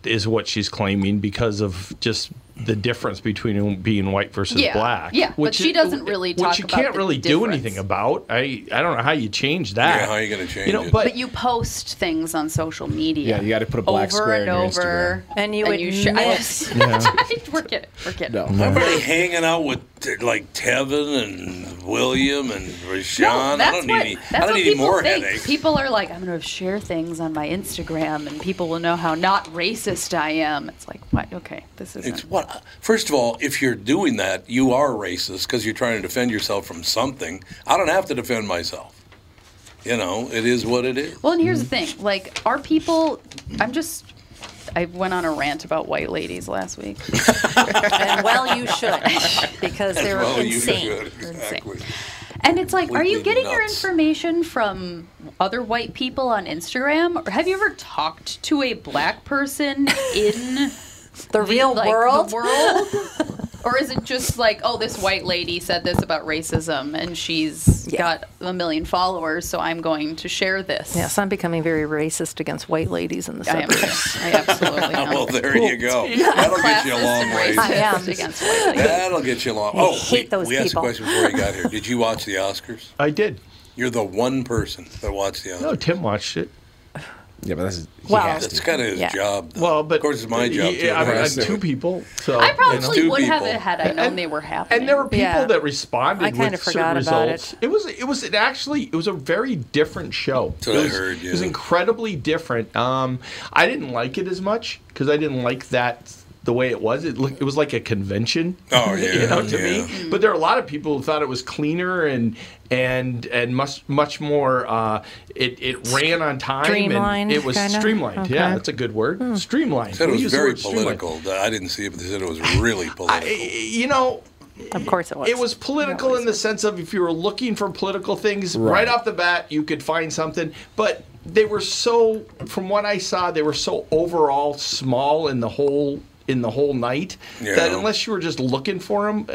Speaker 7: is what she's claiming because of just the difference between being white versus
Speaker 6: Yeah,
Speaker 7: black.
Speaker 6: yeah, but
Speaker 7: which
Speaker 6: she
Speaker 7: is-
Speaker 6: doesn't really talk
Speaker 7: Which you
Speaker 6: about
Speaker 7: can't
Speaker 6: the
Speaker 7: really do
Speaker 6: difference.
Speaker 7: anything about. I I don't know how you change that.
Speaker 1: Yeah, how you gonna
Speaker 7: You
Speaker 1: change
Speaker 7: know,
Speaker 1: it?
Speaker 7: but,
Speaker 6: But you post things on social media.
Speaker 7: Yeah, you gotta put a black
Speaker 6: over
Speaker 7: square
Speaker 6: and
Speaker 7: in your
Speaker 6: over,
Speaker 3: And you would
Speaker 6: share- I
Speaker 3: miss.
Speaker 6: don't-
Speaker 1: Yeah.
Speaker 6: we're kidding. We're kidding.
Speaker 1: I'm really hanging out with like Tevin and William and Rashawn.
Speaker 6: No,
Speaker 1: I
Speaker 6: that's
Speaker 1: don't
Speaker 6: what,
Speaker 1: need any,
Speaker 6: that's
Speaker 1: I don't
Speaker 6: what
Speaker 1: need any
Speaker 6: people
Speaker 1: more
Speaker 6: think.
Speaker 1: headaches.
Speaker 6: People are like, I'm going to share things on my Instagram, and people will know how not racist I am. It's like, what? Okay, this isn't.
Speaker 1: It's what. First of all, if you're doing that, you are racist because you're trying to defend yourself from something. I don't have to defend myself. You know, it is what it is.
Speaker 6: Well, and here's the
Speaker 3: Mm-hmm.
Speaker 6: thing: like, are people? I'm just. I went on a rant about white ladies last week.
Speaker 3: and well, you should because
Speaker 6: And
Speaker 3: they're
Speaker 6: well, you
Speaker 3: insane.
Speaker 6: should,
Speaker 3: They're insane.
Speaker 6: And it's like, are you
Speaker 3: Completely
Speaker 6: getting your
Speaker 3: nuts.
Speaker 6: information from other white people on Instagram? Or have you ever talked to a black person in
Speaker 3: the real
Speaker 6: like,
Speaker 3: world?
Speaker 6: The world? or is it just like, oh, this white lady said this about racism and she's got a million followers, so I'm going to share this?
Speaker 3: Yes, I'm becoming very racist against white ladies in the
Speaker 6: I am.
Speaker 3: suburbs.
Speaker 6: I absolutely am.
Speaker 1: well, there you go. That'll get you a long way.
Speaker 3: I am.
Speaker 1: That'll get you along.
Speaker 3: I
Speaker 1: Oh,
Speaker 3: hate
Speaker 1: we,
Speaker 3: those
Speaker 1: we asked a
Speaker 3: people.
Speaker 1: question before you got here. Did you watch the Oscars?
Speaker 7: I did.
Speaker 1: You're the one person that watched the Oscars.
Speaker 7: no, Tim watched it. Yeah, but that's
Speaker 1: Well, that's kind of his job. Though. Well, but of course, it's my job. too. Oh,
Speaker 7: Yeah, I've had two people. So you
Speaker 6: I
Speaker 7: know.
Speaker 6: probably would have had I
Speaker 7: And-
Speaker 6: known they were happening.
Speaker 7: And there were people that responded
Speaker 6: I kinda
Speaker 7: with certain
Speaker 6: forgot about it.
Speaker 7: results. It. was it was it actually it was a very different show.
Speaker 1: So
Speaker 7: it
Speaker 1: I
Speaker 7: was,
Speaker 1: heard,
Speaker 7: It was
Speaker 1: yeah.
Speaker 7: incredibly different. Um, I didn't like it as much because I didn't like that the way it was. It looked it was like a convention.
Speaker 1: Oh,
Speaker 7: you
Speaker 1: yeah,
Speaker 7: know, to
Speaker 1: yeah.
Speaker 7: me. But there are a lot of people who thought it was cleaner and and and much much more. Uh, it it ran on time.
Speaker 1: Streamlined,
Speaker 7: And it was
Speaker 1: kinda?
Speaker 7: streamlined. Yeah,
Speaker 1: Okay. Hmm.
Speaker 7: that's a good word. Streamlined.
Speaker 1: Said it
Speaker 7: We
Speaker 1: was
Speaker 7: use the
Speaker 1: very
Speaker 7: word streamlined. Eh,
Speaker 1: political. Uh, I didn't see it, but they said it was really political.
Speaker 7: you know
Speaker 3: of course it was
Speaker 7: it was political in the sense of if you were looking for political things right.
Speaker 1: Right.
Speaker 7: off the bat you could find something but they were so from what i saw they were so overall small in the whole in the whole night that
Speaker 1: Yeah.
Speaker 7: unless you were just looking for them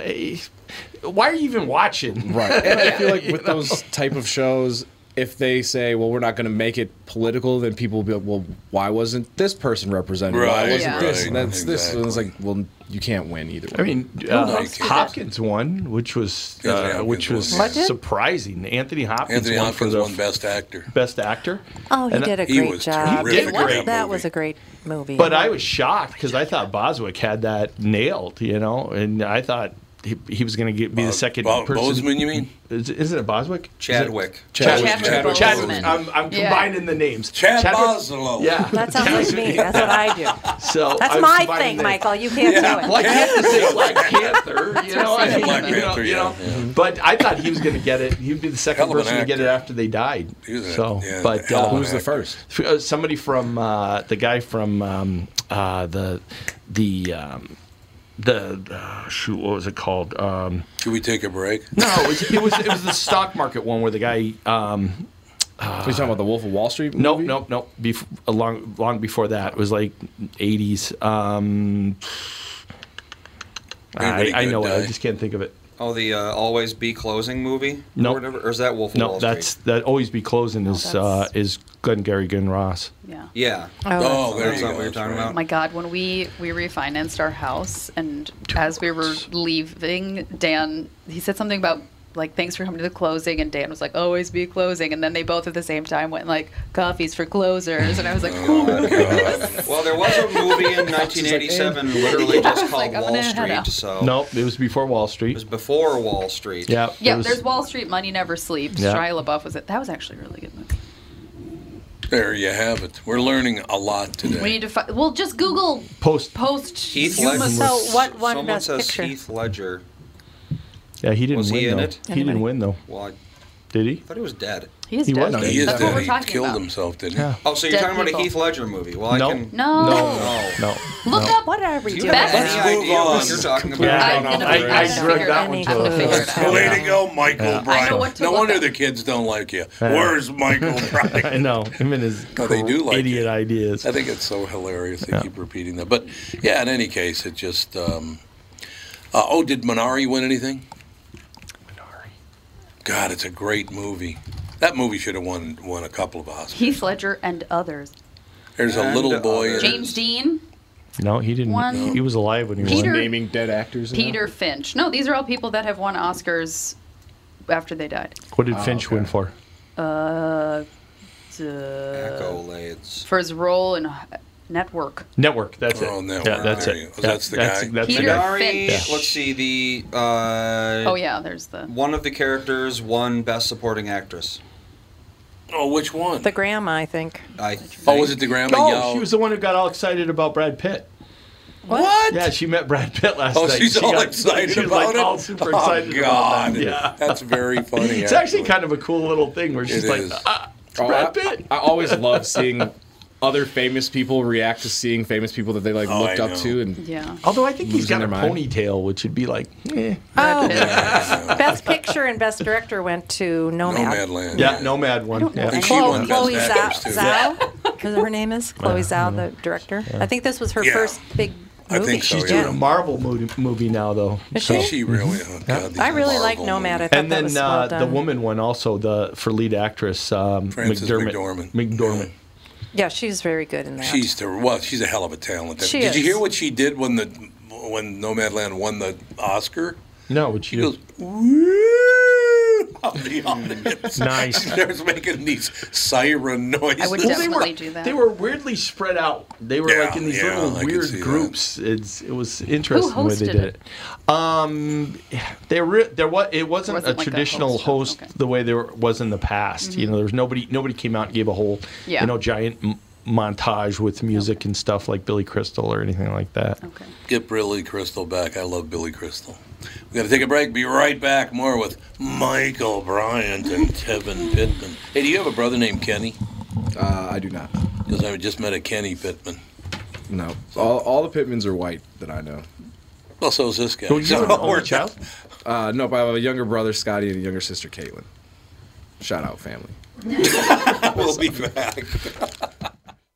Speaker 7: why are you even watching
Speaker 2: Right. And I feel like
Speaker 7: You
Speaker 2: with
Speaker 7: know?
Speaker 2: those type of shows, if they say, well, we're not going to make it political, then people will be like, well, why wasn't this person represented?
Speaker 7: Right,
Speaker 2: why wasn't
Speaker 7: Yeah.
Speaker 2: this?
Speaker 7: right,
Speaker 2: And that's this. And it's
Speaker 7: exactly.
Speaker 2: like, well, you can't win either.
Speaker 7: I mean,
Speaker 2: way.
Speaker 7: uh, Hopkins won, which was
Speaker 2: Yeah,
Speaker 7: uh,
Speaker 2: Hopkins
Speaker 7: which was
Speaker 2: won, yeah. What did?
Speaker 7: surprising. Anthony Hopkins
Speaker 1: Anthony
Speaker 7: won for
Speaker 1: Hopkins
Speaker 7: the
Speaker 1: won Best Actor.
Speaker 7: Best Actor.
Speaker 3: Oh, he
Speaker 7: And
Speaker 3: did a
Speaker 7: he
Speaker 3: great
Speaker 7: was
Speaker 3: job.
Speaker 7: terrific in that
Speaker 3: that was a great movie.
Speaker 7: But I was shocked because I thought Boswick had that nailed, you know, and I thought he, he was going to be the second
Speaker 1: Bo-
Speaker 7: person.
Speaker 1: Bozeman, you mean?
Speaker 7: Is, isn't it Boswick? Is it-
Speaker 1: Chadwick.
Speaker 7: Chadwick.
Speaker 1: Chadwick
Speaker 7: Chadwick.
Speaker 1: Boseman.
Speaker 7: Chadwick. I'm, I'm
Speaker 1: Yeah.
Speaker 7: combining the names.
Speaker 1: Chad
Speaker 7: Chadwick-
Speaker 1: Boslow.
Speaker 7: Yeah.
Speaker 3: that sounds like me. That's what I do.
Speaker 7: So
Speaker 3: That's
Speaker 7: I'm
Speaker 3: my
Speaker 7: combining
Speaker 3: thing,
Speaker 7: the-
Speaker 3: Michael. You can't
Speaker 7: Yeah,
Speaker 3: do it.
Speaker 7: Black Panther, say Black Panther, you know, I mean,
Speaker 1: Black
Speaker 7: you know,
Speaker 1: Panther,
Speaker 7: you
Speaker 1: yeah,
Speaker 7: know. But I thought he was going to get it. He would be the second
Speaker 1: Hell of an
Speaker 7: person to get it after they died.
Speaker 1: was a-
Speaker 7: So,
Speaker 1: yeah,
Speaker 7: but
Speaker 1: hell of
Speaker 7: uh,
Speaker 1: an Who's the actor.
Speaker 2: first?
Speaker 7: Somebody from uh, the guy from um, uh, the the. Um, the uh, shoot, what was it called? Um,
Speaker 1: Should we take a break?
Speaker 7: No, it was, it was it was the stock market one where the guy. Um, uh,
Speaker 2: you talking about the Wolf of Wall Street?
Speaker 7: Nope, nope, nope. Bef- uh, long, long before that, it was like '80s. Um, I,
Speaker 4: Anybody
Speaker 7: I
Speaker 4: good
Speaker 7: know it. I
Speaker 4: die?
Speaker 7: just can't think of it.
Speaker 4: Oh, the uh, always be closing movie.
Speaker 7: Nope.
Speaker 4: Or whatever, or is that Wolf of
Speaker 7: No,
Speaker 4: Wall Street?
Speaker 7: that's that. Always be closing
Speaker 6: Oh,
Speaker 7: is uh, is Glengarry Glenn Ross.
Speaker 6: Yeah.
Speaker 4: Yeah.
Speaker 6: Oh,
Speaker 4: So
Speaker 6: there
Speaker 4: that's
Speaker 7: you
Speaker 4: not
Speaker 7: go,
Speaker 4: what you're talking
Speaker 6: Oh
Speaker 4: about.
Speaker 6: my God, when we we refinanced our house, and as we were leaving, Dan he said something about like thanks for coming to the closing, and Dan was like always be closing, and then they both at the same time went like coffees for closers, and I was like,
Speaker 4: well, there was a movie in 1987 literally
Speaker 6: Yeah, I
Speaker 4: just
Speaker 6: was
Speaker 4: called
Speaker 6: like, I'm
Speaker 4: Wall
Speaker 6: gonna head out.
Speaker 4: Street. So
Speaker 7: Nope, it was before Wall Street. It was
Speaker 4: before Wall Street.
Speaker 7: Yeah. it
Speaker 6: yeah,
Speaker 7: was-
Speaker 6: there's Wall Street, money never sleeps.
Speaker 7: Yeah.
Speaker 6: Shia LaBeouf was it? That was actually a really good movie.
Speaker 1: There you have it. We're learning a lot
Speaker 6: We
Speaker 1: today.
Speaker 6: need to fi- well just Google
Speaker 7: post
Speaker 6: post
Speaker 4: Heath
Speaker 6: Zuma-
Speaker 4: Ledger.
Speaker 6: So what won
Speaker 4: Someone
Speaker 6: Best
Speaker 4: says
Speaker 6: Picture?
Speaker 4: Heath Ledger.
Speaker 7: Yeah, he didn't
Speaker 4: Was
Speaker 7: win.
Speaker 4: he in
Speaker 7: though.
Speaker 4: it?
Speaker 7: He didn't win though.
Speaker 4: Well, I
Speaker 7: Did he?
Speaker 4: thought he was dead.
Speaker 6: He is
Speaker 7: He was
Speaker 6: dead.
Speaker 7: dead.
Speaker 6: That's
Speaker 7: He is
Speaker 6: what
Speaker 7: dead.
Speaker 6: we're
Speaker 7: He
Speaker 6: talking
Speaker 1: killed
Speaker 6: about.
Speaker 1: himself, didn't
Speaker 7: Yeah.
Speaker 4: Oh, so you're
Speaker 6: Dead
Speaker 4: talking about
Speaker 6: people.
Speaker 4: a Heath Ledger movie? Well,
Speaker 7: No.
Speaker 4: I can. Oh.
Speaker 6: No.
Speaker 7: No. No.
Speaker 6: Look
Speaker 7: no.
Speaker 6: up what are we
Speaker 4: Do you
Speaker 6: doing?
Speaker 4: have any idea what you're talking about?
Speaker 7: Yeah,
Speaker 1: I'm gonna
Speaker 7: I,
Speaker 1: figure
Speaker 7: I
Speaker 1: it out.
Speaker 7: dragged that one to a
Speaker 1: Way to go, Michael
Speaker 7: Yeah.
Speaker 1: Bryan.
Speaker 7: I know what to
Speaker 1: no
Speaker 7: look
Speaker 1: wonder
Speaker 7: up.
Speaker 1: the kids don't like you.
Speaker 7: Yeah.
Speaker 1: Where's Michael Bryan?
Speaker 7: I know him and his
Speaker 1: No, they do like
Speaker 7: idiot ideas.
Speaker 1: I think it's so hilarious they keep repeating that. But yeah, in any case, it just. Um, uh, oh, did Minari win anything? Minari. God, it's a great movie. That movie should have won won a couple of Oscars.
Speaker 6: Heath Ledger and others.
Speaker 1: There's a
Speaker 4: And
Speaker 7: uh,
Speaker 1: little boy. in it.
Speaker 6: James Dean.
Speaker 7: No, he didn't.
Speaker 6: One-
Speaker 7: he was alive when he
Speaker 6: Peter-
Speaker 7: won.
Speaker 6: Naming
Speaker 7: dead actors.
Speaker 6: Peter Finch. No, these are all people that have won Oscars after they died.
Speaker 7: What
Speaker 1: Oh,
Speaker 7: did Finch win for?
Speaker 6: Uh, d-
Speaker 7: uh,
Speaker 6: For his role in uh, Network.
Speaker 7: Network. That's
Speaker 1: Oh,
Speaker 7: it.
Speaker 1: Network,
Speaker 7: Yeah, that's
Speaker 1: there
Speaker 7: it.
Speaker 1: you go.
Speaker 7: Yeah,
Speaker 1: That's the
Speaker 7: that's,
Speaker 1: guy.
Speaker 7: That's
Speaker 6: Peter
Speaker 7: the guy.
Speaker 6: Finch.
Speaker 7: Yeah.
Speaker 4: Let's see the. Uh,
Speaker 6: Oh yeah, there's the.
Speaker 4: One of the characters won Best Supporting Actress.
Speaker 1: Oh, which one?
Speaker 3: The grandma, I think.
Speaker 4: I.
Speaker 1: Oh, was it the grandma?
Speaker 7: Oh,
Speaker 1: Yo.
Speaker 7: she was the one who got all excited about Brad Pitt.
Speaker 1: What?
Speaker 7: Yeah, she met Brad Pitt last
Speaker 1: Oh,
Speaker 7: night.
Speaker 1: she's
Speaker 7: She
Speaker 1: all
Speaker 7: got-
Speaker 1: excited
Speaker 7: she's
Speaker 1: about
Speaker 7: like
Speaker 1: it.
Speaker 7: all super
Speaker 1: oh,
Speaker 7: excited
Speaker 1: God.
Speaker 7: about that. Yeah.
Speaker 1: that's very funny.
Speaker 7: It's actually kind of a cool little thing where she's
Speaker 1: It
Speaker 7: like,
Speaker 1: is.
Speaker 7: "Ah, it's
Speaker 2: Oh,
Speaker 7: Brad
Speaker 2: I,
Speaker 7: Pitt.
Speaker 2: I always love seeing other famous people react to seeing famous people that they like
Speaker 7: Oh,
Speaker 2: looked
Speaker 7: I
Speaker 2: up
Speaker 7: know.
Speaker 2: to and
Speaker 6: Yeah.
Speaker 7: Although I think he's
Speaker 2: Losing
Speaker 7: got
Speaker 2: their
Speaker 7: a
Speaker 2: mind.
Speaker 7: ponytail, which would be like, eh.
Speaker 3: Oh, best picture and best director went to
Speaker 7: Oh,
Speaker 3: Nomad.
Speaker 1: Land.
Speaker 7: Yeah, Nomad one.
Speaker 3: Chloe,
Speaker 7: yeah.
Speaker 3: Chloe Zhao,
Speaker 7: Yeah.
Speaker 3: Zhao? Is her name is Chloe Zhao, the director. I think this was her
Speaker 7: Yeah.
Speaker 3: first big movie.
Speaker 7: she's
Speaker 3: Yeah.
Speaker 7: doing a Marvel movie, movie now, though.
Speaker 3: Is
Speaker 7: so-
Speaker 3: she?
Speaker 1: She really. Oh, God,
Speaker 3: I really like Nomad. I thought
Speaker 7: and
Speaker 3: that
Speaker 7: then
Speaker 3: was
Speaker 7: uh, the
Speaker 3: well done.
Speaker 7: woman one also the for lead actress um,
Speaker 1: Frances
Speaker 7: McDermott.
Speaker 1: McDormand.
Speaker 7: McDormand.
Speaker 3: Yeah, she's very good in that.
Speaker 1: She's ter- well, she's a hell of a talent.
Speaker 3: She
Speaker 1: Did you
Speaker 3: is.
Speaker 1: hear what she did when the when Nomadland won the Oscar?
Speaker 7: No, would you?
Speaker 1: goes,
Speaker 7: Hmm.
Speaker 1: "Woo!" out the audience.
Speaker 7: Nice.
Speaker 1: She starts making these siren noises.
Speaker 6: I would
Speaker 7: they
Speaker 6: definitely
Speaker 7: were,
Speaker 6: do that.
Speaker 7: They were weirdly spread out. They were
Speaker 1: Yeah,
Speaker 7: like in these
Speaker 1: yeah, I
Speaker 7: little
Speaker 1: could see
Speaker 7: weird
Speaker 1: that.
Speaker 7: groups. It's it was interesting the way they
Speaker 6: hosted
Speaker 7: did it. Um, there re- there was it wasn't,
Speaker 6: Wasn't
Speaker 7: a
Speaker 6: like a
Speaker 7: traditional host, the way there was in the past. You know, there was nobody nobody came out and gave a whole
Speaker 6: Yeah.
Speaker 7: you know giant m- montage with music and stuff like Billy Crystal or anything like that. Okay.
Speaker 1: Get Billy Crystal back. I love Billy Crystal. We got to take a break. Be right back. More with Michael Bryant and Kevin Pittman. Hey, do you have a brother named Kenny?
Speaker 2: Uh, I do not.
Speaker 1: Because I just met a Kenny Pittman.
Speaker 2: no. All, all the Pittmans are white that I know.
Speaker 1: Well, so is this guy.
Speaker 2: Who
Speaker 1: So we're-
Speaker 2: child? Uh, no, but I have a younger brother, Scotty, and a younger sister, Caitlin. Shout out, family.
Speaker 1: we'll be back.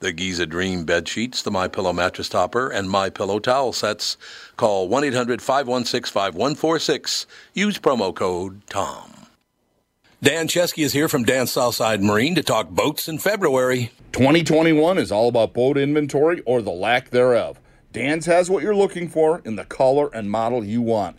Speaker 1: the Giza Dream bed sheets, the My Pillow mattress topper, and My Pillow towel sets. Call 1 800 516 5146. Use promo code TOM. Dan Chesky is here from Dan Southside Marine to talk boats in February.
Speaker 8: 2021 is all about boat inventory or the lack thereof. Dan's has what you're looking for in the color and model you want.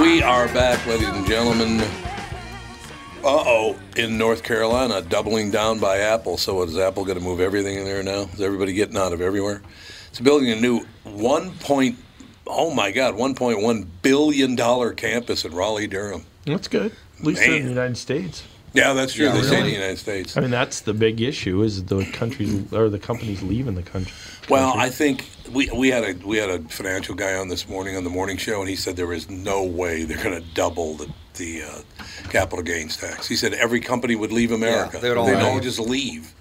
Speaker 1: We are back, ladies and gentlemen. Uh oh, in North Carolina, doubling down by Apple. So, what is Apple going to move everything in there now? Is everybody getting out of everywhere? It's building a new one point oh my God, 1.1 billion dollar campus in Raleigh, Durham.
Speaker 7: That's good. At least they're in
Speaker 1: Man.
Speaker 7: the United States.
Speaker 1: Yeah, that's true.
Speaker 7: Yeah,
Speaker 1: they say in the
Speaker 7: really.
Speaker 1: United States.
Speaker 7: I mean, that's the big issue is the countries or the companies leaving the country.
Speaker 1: Well, I think we, we had a we had a financial guy on this morning on the morning show, and he said there is no way they're going to double the the uh, capital gains tax. He said every company would leave America.
Speaker 4: they would all
Speaker 1: They'd
Speaker 4: leave.
Speaker 1: all just leave.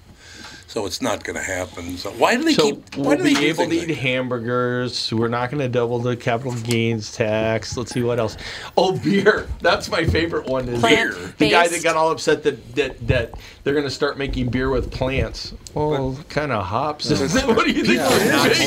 Speaker 1: So it's not going to happen. So why do they
Speaker 7: so
Speaker 1: keep? Why do they
Speaker 7: we'll be
Speaker 1: do
Speaker 7: able
Speaker 1: things
Speaker 7: to
Speaker 1: like
Speaker 7: eat hamburgers. We're not going to double the capital gains tax. Let's see what else. Oh, beer. That's my favorite one. Is beer. The guy that
Speaker 1: Plant-based.
Speaker 7: got all upset that that, that they're going to start making beer with plants. Well, what kind of hops is that? What do you think?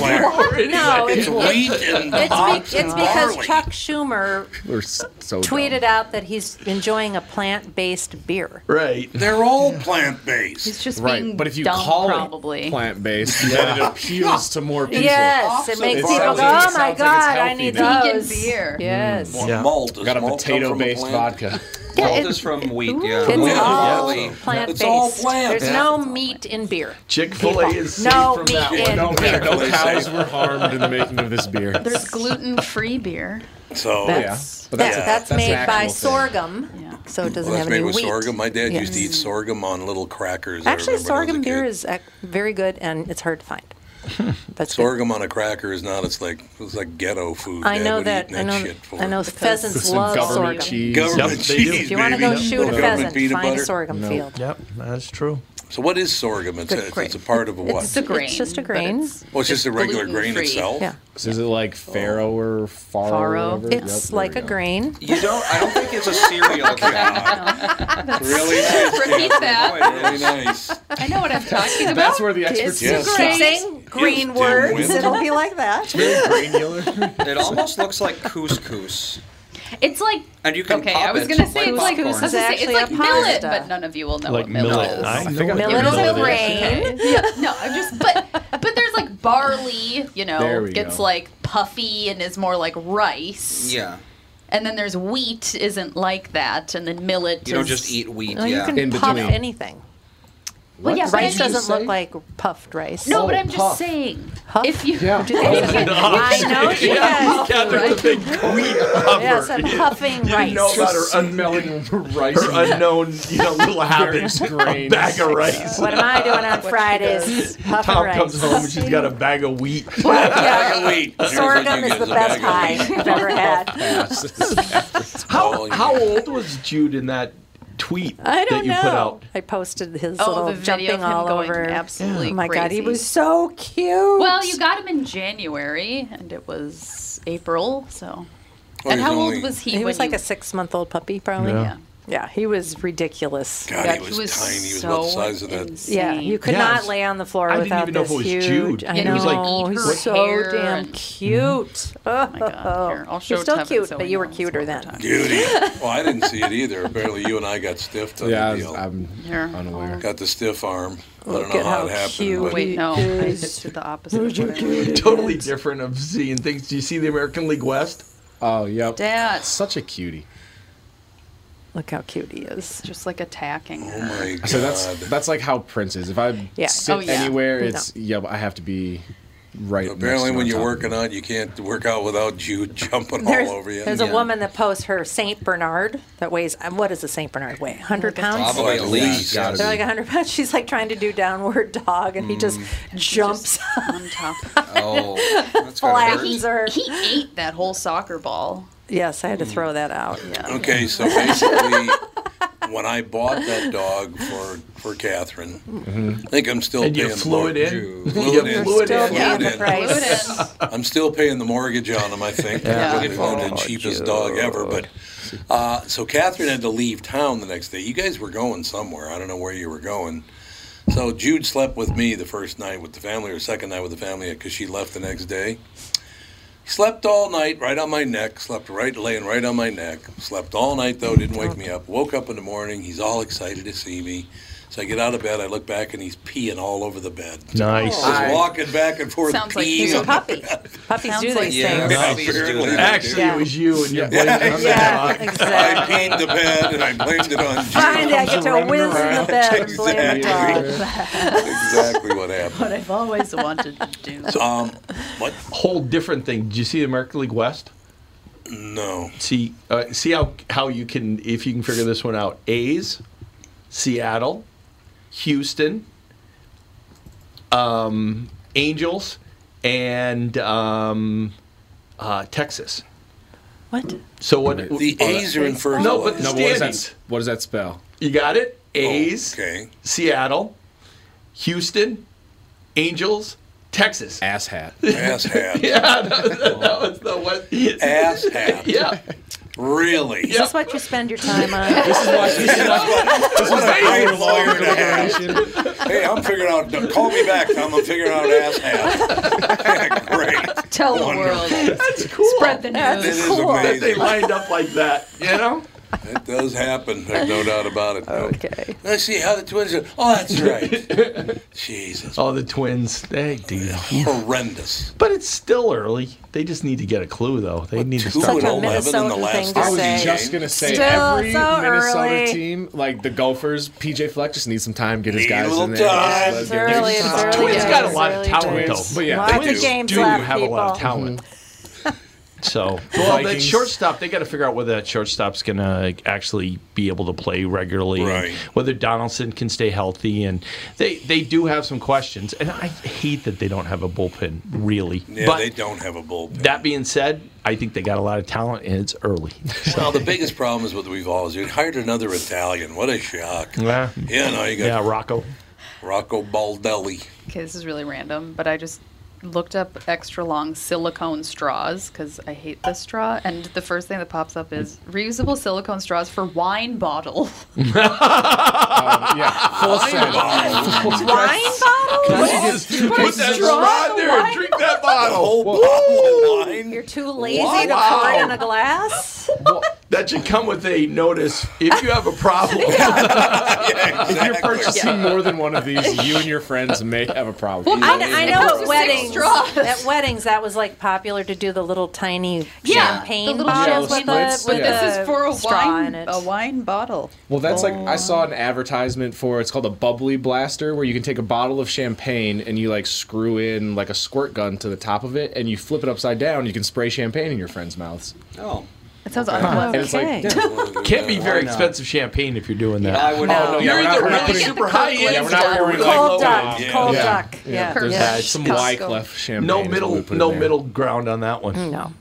Speaker 7: we're making?
Speaker 3: No, it's,
Speaker 7: Anyway.
Speaker 3: it's, it's, be- it's because Chuck Schumer
Speaker 2: We're s- so
Speaker 3: tweeted out that he's enjoying a plant-based beer.
Speaker 7: Right.
Speaker 1: They're all plant based.
Speaker 3: He's just
Speaker 2: right.
Speaker 3: being
Speaker 2: but if you
Speaker 3: dumb,
Speaker 2: call
Speaker 3: probably.
Speaker 2: it plant based, then it appeals to more people.
Speaker 3: Yes, it makes people go,
Speaker 2: sounds-
Speaker 3: "Oh
Speaker 2: it sounds
Speaker 3: my
Speaker 2: like it's
Speaker 3: God, I
Speaker 2: healthy
Speaker 3: need
Speaker 2: now."
Speaker 6: Vegan
Speaker 3: those."
Speaker 6: beer.
Speaker 3: Yes.
Speaker 1: Well, malt is
Speaker 2: Got a
Speaker 1: malt come
Speaker 2: potato
Speaker 1: from a
Speaker 2: based
Speaker 1: plant?
Speaker 2: vodka.
Speaker 3: Yeah,
Speaker 4: Malt
Speaker 3: it-
Speaker 4: is from wheat.
Speaker 3: Ooh,
Speaker 4: Yeah,
Speaker 3: It's
Speaker 4: Wheat is
Speaker 3: all
Speaker 4: wheat.
Speaker 3: plant-based.
Speaker 4: It's all plant.
Speaker 3: There's
Speaker 4: Yeah.
Speaker 3: no meat in beer.
Speaker 7: Chick Fil A
Speaker 3: People.
Speaker 7: is safe
Speaker 3: no
Speaker 7: from
Speaker 3: meat
Speaker 7: that
Speaker 3: in
Speaker 7: one. No,
Speaker 3: beer.
Speaker 2: No cows were harmed in the making of this beer.
Speaker 6: There's gluten free beer.
Speaker 1: So
Speaker 2: That's-
Speaker 1: yeah,
Speaker 2: But that's
Speaker 3: that's,
Speaker 2: a-
Speaker 3: that's,
Speaker 2: that's an
Speaker 3: made by
Speaker 2: actual thing.
Speaker 3: sorghum, so it
Speaker 1: well,
Speaker 3: doesn't
Speaker 1: that's
Speaker 3: have
Speaker 1: made
Speaker 3: any
Speaker 1: with
Speaker 3: wheat.
Speaker 1: sorghum. My dad used to
Speaker 3: Yes.
Speaker 1: eat sorghum on little crackers. I remember when I
Speaker 3: Actually,
Speaker 1: was a
Speaker 3: sorghum beer
Speaker 1: kid.
Speaker 3: is uh, very good, and it's hard to find. That's good.
Speaker 1: sorghum on a cracker is not. It's like it's like ghetto food.
Speaker 3: I
Speaker 1: Dad
Speaker 3: know
Speaker 1: would
Speaker 3: that.
Speaker 1: Eat
Speaker 3: I know.
Speaker 1: Shit for.
Speaker 3: I know pheasants
Speaker 2: Some
Speaker 3: love
Speaker 2: government
Speaker 3: sorghum.
Speaker 2: cheese.
Speaker 1: Government
Speaker 2: Yep, they do.
Speaker 1: cheese.
Speaker 3: If you wanna go
Speaker 1: baby.
Speaker 3: shoot a
Speaker 1: Government
Speaker 3: pheasant,
Speaker 1: peanut
Speaker 3: find a
Speaker 1: butter.
Speaker 3: sorghum No. field.
Speaker 7: Yep, that's true.
Speaker 1: So what is sorghum? It's, a, it's a part of a what?
Speaker 3: It's, it's just a grain.
Speaker 1: Oh, it's just a regular grain
Speaker 3: gluten-free.
Speaker 1: itself.
Speaker 3: Yeah.
Speaker 2: So is it like farro or faro? Or
Speaker 3: Faro.
Speaker 2: whatever?
Speaker 3: It's like a grain.
Speaker 4: You don't. I don't think it's a cereal.
Speaker 1: It's really nice.
Speaker 6: Repeat
Speaker 1: Catherine.
Speaker 6: that.
Speaker 1: Boy, really nice.
Speaker 6: I know what I'm talking about.
Speaker 2: That's where the expertise
Speaker 6: It's
Speaker 1: Yes.
Speaker 6: a grain.
Speaker 3: Saying green
Speaker 1: Yes, Tim
Speaker 3: words,
Speaker 1: Wynn.
Speaker 3: it'll be like that.
Speaker 4: It almost looks like couscous.
Speaker 6: It's like
Speaker 4: And you can
Speaker 6: okay.
Speaker 4: pop
Speaker 6: I was
Speaker 4: it
Speaker 6: gonna
Speaker 4: like
Speaker 6: say it's like I
Speaker 4: popcorn.
Speaker 6: was gonna say it's
Speaker 3: Actually
Speaker 6: like
Speaker 3: a
Speaker 6: millet,
Speaker 3: pasta.
Speaker 6: but none of you will know
Speaker 7: Like
Speaker 6: what millet.
Speaker 7: millet.
Speaker 6: is.
Speaker 7: I
Speaker 2: I
Speaker 7: know
Speaker 2: think I
Speaker 7: what
Speaker 2: can
Speaker 3: Millet is
Speaker 2: Millet
Speaker 3: a
Speaker 2: is.
Speaker 3: grain.
Speaker 6: Yeah, no, I'm just but but there's like barley, you
Speaker 2: There
Speaker 6: know,
Speaker 2: we
Speaker 6: gets
Speaker 2: go.
Speaker 6: like puffy and is more like rice.
Speaker 4: Yeah,
Speaker 6: And then there's wheat isn't like that, and then millet.
Speaker 4: you don't
Speaker 6: is-
Speaker 4: just eat wheat.
Speaker 3: No, you
Speaker 4: yeah,
Speaker 3: can
Speaker 2: In
Speaker 3: puff
Speaker 2: between.
Speaker 3: anything.
Speaker 6: Well, yeah, but
Speaker 3: rice
Speaker 6: I mean-
Speaker 3: doesn't look like puffed rice.
Speaker 6: No, but I'm just
Speaker 2: puff.
Speaker 6: saying
Speaker 3: Puff?
Speaker 6: if you
Speaker 2: Yeah.
Speaker 6: do they say
Speaker 3: I know you guys.
Speaker 7: Catherine, the big wheat hover.
Speaker 3: Yes, I'm puffing
Speaker 7: You didn't
Speaker 3: rice.
Speaker 7: know about her
Speaker 2: Smelling rice.
Speaker 7: her unknown, you know, little habits.
Speaker 2: Various
Speaker 7: A
Speaker 2: grains.
Speaker 7: bag of rice.
Speaker 3: What am I doing on Fridays? Puffing
Speaker 7: Tom
Speaker 3: rice.
Speaker 7: comes home and she's got a bag of wheat.
Speaker 3: Yeah.
Speaker 1: Wait, here's what
Speaker 3: Sorghum
Speaker 1: you
Speaker 3: is
Speaker 1: get
Speaker 3: the
Speaker 1: a
Speaker 3: best high
Speaker 1: bag of
Speaker 3: I've ever had.
Speaker 7: How,
Speaker 1: all you
Speaker 7: how
Speaker 1: get.
Speaker 7: old was Jude in that tweet
Speaker 3: I
Speaker 7: that
Speaker 3: don't
Speaker 7: you
Speaker 3: know.
Speaker 7: put out?
Speaker 3: I posted his
Speaker 6: Oh, the
Speaker 3: little
Speaker 6: video
Speaker 3: jumping
Speaker 6: of him
Speaker 3: all
Speaker 6: going
Speaker 3: over.
Speaker 6: absolutely
Speaker 3: oh my god, he
Speaker 6: crazy.
Speaker 3: was so cute.
Speaker 6: Well, you got him in January, and it was April, so.
Speaker 1: Well, he's
Speaker 6: and how
Speaker 1: only-
Speaker 6: old was he?
Speaker 3: He,
Speaker 6: when
Speaker 3: was like
Speaker 6: you-
Speaker 3: a six-month-old puppy, probably.
Speaker 7: Yeah.
Speaker 6: Yeah.
Speaker 3: Yeah, he was ridiculous.
Speaker 1: God,
Speaker 6: Yeah,
Speaker 1: he, was tiny. He was
Speaker 6: so
Speaker 1: about the size of that.
Speaker 6: insane. Oh
Speaker 3: Yeah, you could
Speaker 7: Yeah, I
Speaker 3: not
Speaker 7: was-
Speaker 3: lay on the floor
Speaker 7: I didn't
Speaker 3: without
Speaker 7: even know if
Speaker 3: this
Speaker 7: it was
Speaker 3: huge.
Speaker 7: Jude.
Speaker 3: I know.
Speaker 6: And he was, like, eat
Speaker 3: he's
Speaker 6: her
Speaker 3: so
Speaker 6: hair
Speaker 3: damn
Speaker 7: Mm-hmm.
Speaker 6: and-
Speaker 3: cute. Oh my
Speaker 6: God, here, I'll show
Speaker 3: You're still
Speaker 6: Tevin
Speaker 3: cute,
Speaker 6: so
Speaker 3: but
Speaker 6: he
Speaker 3: you were
Speaker 6: knows
Speaker 3: cuter
Speaker 6: what we're
Speaker 3: then.
Speaker 6: talking
Speaker 1: Beauty. Well, I didn't see it either. Apparently, you and I got stiffed on
Speaker 2: Yeah, I
Speaker 1: the
Speaker 2: was-
Speaker 1: deal.
Speaker 2: I'm
Speaker 6: Here.
Speaker 2: unaware.
Speaker 1: got the stiff arm. I
Speaker 3: Look
Speaker 1: don't know
Speaker 3: at
Speaker 1: how,
Speaker 3: how
Speaker 1: it happened.
Speaker 3: cute.
Speaker 1: but-
Speaker 6: Wait, no, I just did the opposite. of what I wanted.
Speaker 7: Totally different of seeing things. Do you see the American League West?
Speaker 2: Oh, yep.
Speaker 6: Dad.
Speaker 2: Such a cutie.
Speaker 3: Look how cute he is.
Speaker 6: Just like attacking
Speaker 1: oh
Speaker 6: her.
Speaker 1: my God.
Speaker 2: So that's that's like how Prince is. If I
Speaker 3: Yeah.
Speaker 2: sit
Speaker 6: Oh, yeah.
Speaker 2: anywhere,
Speaker 3: No.
Speaker 2: it's yeah. But I have to be right. next
Speaker 1: Apparently,
Speaker 2: to
Speaker 1: when
Speaker 2: on
Speaker 1: you're
Speaker 2: top of
Speaker 1: working
Speaker 2: him.
Speaker 1: out, you can't work out without Jude jumping
Speaker 3: There's,
Speaker 1: all over you.
Speaker 3: there's a
Speaker 4: Yeah.
Speaker 3: woman that posts her Saint Bernard that weighs. um, What does a Saint Bernard weigh? 100 pounds.
Speaker 4: Probably at least.
Speaker 2: Yeah,
Speaker 3: They're like 100 pounds. She's like trying to do downward dog, and he just
Speaker 1: Mm.
Speaker 3: jumps,
Speaker 6: On top.
Speaker 4: Oh, that's gotta hurt.
Speaker 3: flattens her.
Speaker 6: He ate that whole soccer ball.
Speaker 3: Yes, I had to
Speaker 1: Mm.
Speaker 3: throw that out.
Speaker 6: Yeah.
Speaker 1: Okay, so basically, when I bought that dog for for Catherine, I think I'm still
Speaker 7: And
Speaker 1: paying
Speaker 7: you flew it
Speaker 1: the mor-
Speaker 7: in?
Speaker 1: Flew
Speaker 7: You
Speaker 1: it in.
Speaker 7: flew it
Speaker 3: Still
Speaker 7: in.
Speaker 1: Flew
Speaker 3: paying
Speaker 1: it
Speaker 3: the
Speaker 1: in.
Speaker 6: Blew it
Speaker 3: price.
Speaker 6: in.
Speaker 1: I'm still paying the mortgage on him. I think yeah. Oh, they owned the cheapest dog ever. But uh, so Catherine had to leave town the next day. You guys were going somewhere. I don't know where you were going. So Jude slept with me the first night with the family, or second night with the family, because she left the next day. He slept all night, right on my neck. Slept right, laying right on my neck. Slept all night though, didn't wake me up. Woke up in the morning. He's all excited to see me. So I get out of bed, I look back, and he's peeing all over the bed.
Speaker 7: Nice.
Speaker 1: He's walking back and forth.
Speaker 3: Sounds like
Speaker 1: peeing
Speaker 3: he's a
Speaker 1: on the
Speaker 3: puppy.
Speaker 1: bed.
Speaker 3: Puppies do these
Speaker 1: Yeah,
Speaker 3: things.
Speaker 1: yeah, apparently they do.
Speaker 7: Actually, it was you and your
Speaker 1: Yeah,
Speaker 7: blaming it on the
Speaker 1: yeah,
Speaker 7: dog.
Speaker 1: exactly. I peed the bed and I blamed it on.
Speaker 3: Finally, I get to whiz in the bed and blame the dog.
Speaker 1: exactly what happened.
Speaker 6: What I've always wanted to do.
Speaker 1: um, what?
Speaker 7: Whole different thing. Did you see the American League West?
Speaker 1: No.
Speaker 7: See, uh, see how how you can if you can figure this one out. A's, Seattle, Houston, um, Angels, and um, uh, Texas.
Speaker 3: What?
Speaker 7: So what?
Speaker 1: The A's are in first
Speaker 7: No, but the
Speaker 1: place.
Speaker 2: what, does
Speaker 7: standings.
Speaker 2: that, what does that spell?
Speaker 7: You got it?
Speaker 1: Oh,
Speaker 7: A's, Seattle, Houston, Angels, Texas.
Speaker 2: Ass hat.
Speaker 1: Ass hat.
Speaker 7: yeah, that was, that was the one.
Speaker 1: Ass hat.
Speaker 7: Yeah.
Speaker 1: Really?
Speaker 3: Is this what you spend your time on?
Speaker 1: This is why- this is why- this is What a why great you're a lawyer lawyer to to have. Hey, I'm figuring out. Call me back. I'm figuring out ass hat.
Speaker 6: Tell
Speaker 1: the
Speaker 6: world.
Speaker 7: That's cool.
Speaker 6: Spread the
Speaker 1: That
Speaker 6: news.
Speaker 1: is amazing.
Speaker 7: That they lined up like that, you know?
Speaker 1: It does happen. There's no doubt about it. Oh, Okay. Let's see how the twins are. Oh, that's right. Jesus.
Speaker 7: Oh, the twins. They do.
Speaker 1: Horrendous.
Speaker 7: But it's still early. They just need to get a clue, though. They need to
Speaker 1: two
Speaker 7: start.
Speaker 1: and oh, Such a 11 in the Minnesotan last thing to
Speaker 2: I was
Speaker 1: say.
Speaker 2: just gonna say
Speaker 3: Still
Speaker 2: every
Speaker 3: so
Speaker 2: Minnesota
Speaker 3: early.
Speaker 2: team, like the Gophers, PJ Fleck just needs some time. Get his
Speaker 1: Need a
Speaker 2: guys
Speaker 1: little
Speaker 2: in there.
Speaker 1: time.
Speaker 2: Let's
Speaker 1: It's
Speaker 2: give him
Speaker 3: early,
Speaker 2: some
Speaker 3: it's
Speaker 2: time.
Speaker 3: early
Speaker 7: Twins got a lot of talent,
Speaker 2: Twins.
Speaker 7: though. But yeah,
Speaker 3: Lots
Speaker 7: they
Speaker 3: of games
Speaker 7: do
Speaker 3: left,
Speaker 7: have a lot of
Speaker 3: people.
Speaker 7: talent. So, well, that
Speaker 2: Vikings.
Speaker 7: shortstop, they got to figure out whether that shortstop's going to actually be able to play regularly, and
Speaker 1: Right.
Speaker 7: whether Donaldson can stay healthy, and they they do have some questions. And I hate that they don't have a bullpen, really.
Speaker 1: Yeah,
Speaker 7: but
Speaker 1: they don't have a bullpen.
Speaker 7: that being said, I think they got a lot of talent, and it's early.
Speaker 1: Well, the biggest problem is what we've always done. Hired another Italian. What a shock.
Speaker 7: Yeah,
Speaker 1: Yeah, no, you got
Speaker 7: yeah, Rocco.
Speaker 1: Rocco Baldelli.
Speaker 6: Okay, this is really random, but I just looked up extra long silicone straws because I hate this straw. And the first thing that pops up is reusable silicone straws for wine bottle.
Speaker 2: Um, Yeah, full send.
Speaker 3: Wine bottle?
Speaker 7: What is- Put that straw in there and drink that
Speaker 1: The
Speaker 7: bottle.
Speaker 1: whole bottle of wine.
Speaker 3: You're too lazy to
Speaker 7: Wow.
Speaker 3: pour it in a glass?
Speaker 7: That should come with a notice if you have a problem.
Speaker 1: Yeah,
Speaker 2: If you're
Speaker 1: exactly.
Speaker 2: purchasing more than one of these, you and your friends may have a problem.
Speaker 6: Well,
Speaker 2: Either
Speaker 3: I,
Speaker 2: way,
Speaker 3: kn- I
Speaker 2: it's
Speaker 3: know
Speaker 6: comes
Speaker 3: at
Speaker 6: with
Speaker 3: weddings,
Speaker 6: six straws.
Speaker 3: at weddings, that was like popular to do the little tiny
Speaker 6: Yeah,
Speaker 3: champagne
Speaker 6: the little
Speaker 3: bottles
Speaker 6: champagne
Speaker 3: with the,
Speaker 2: bottles, but
Speaker 3: with the
Speaker 6: this is for a
Speaker 3: straw
Speaker 6: wine,
Speaker 3: in it.
Speaker 6: a wine bottle.
Speaker 2: Well, that's like I saw an advertisement for it's called a bubbly blaster where you can take a bottle of champagne and you like screw in like a squirt gun to the top of it and you flip it upside down. You can spray champagne in your friends' mouths.
Speaker 1: Oh.
Speaker 6: It sounds
Speaker 2: And
Speaker 6: unpleasant.
Speaker 2: it's like,
Speaker 3: Okay.
Speaker 2: yeah.
Speaker 7: Can't be very
Speaker 1: Why not?
Speaker 7: expensive champagne if you're doing that.
Speaker 1: I would
Speaker 2: Oh, no, yeah,
Speaker 7: You're
Speaker 2: we're
Speaker 7: either
Speaker 2: not- we're not
Speaker 7: really
Speaker 2: putting-
Speaker 7: super high end
Speaker 2: Yeah, we're not
Speaker 7: or
Speaker 2: wearing,
Speaker 7: really
Speaker 2: like,
Speaker 7: low end.
Speaker 3: Cold duck,
Speaker 1: Yeah.
Speaker 3: cold
Speaker 2: Yeah.
Speaker 3: duck.
Speaker 1: Yeah.
Speaker 3: Yeah,
Speaker 2: There's
Speaker 6: Yeah.
Speaker 2: uh, some
Speaker 6: Costco.
Speaker 2: Wyclef champagne.
Speaker 7: No
Speaker 2: is what we
Speaker 7: middle,
Speaker 2: put in
Speaker 7: no
Speaker 2: there.
Speaker 7: middle ground on that one.
Speaker 3: No.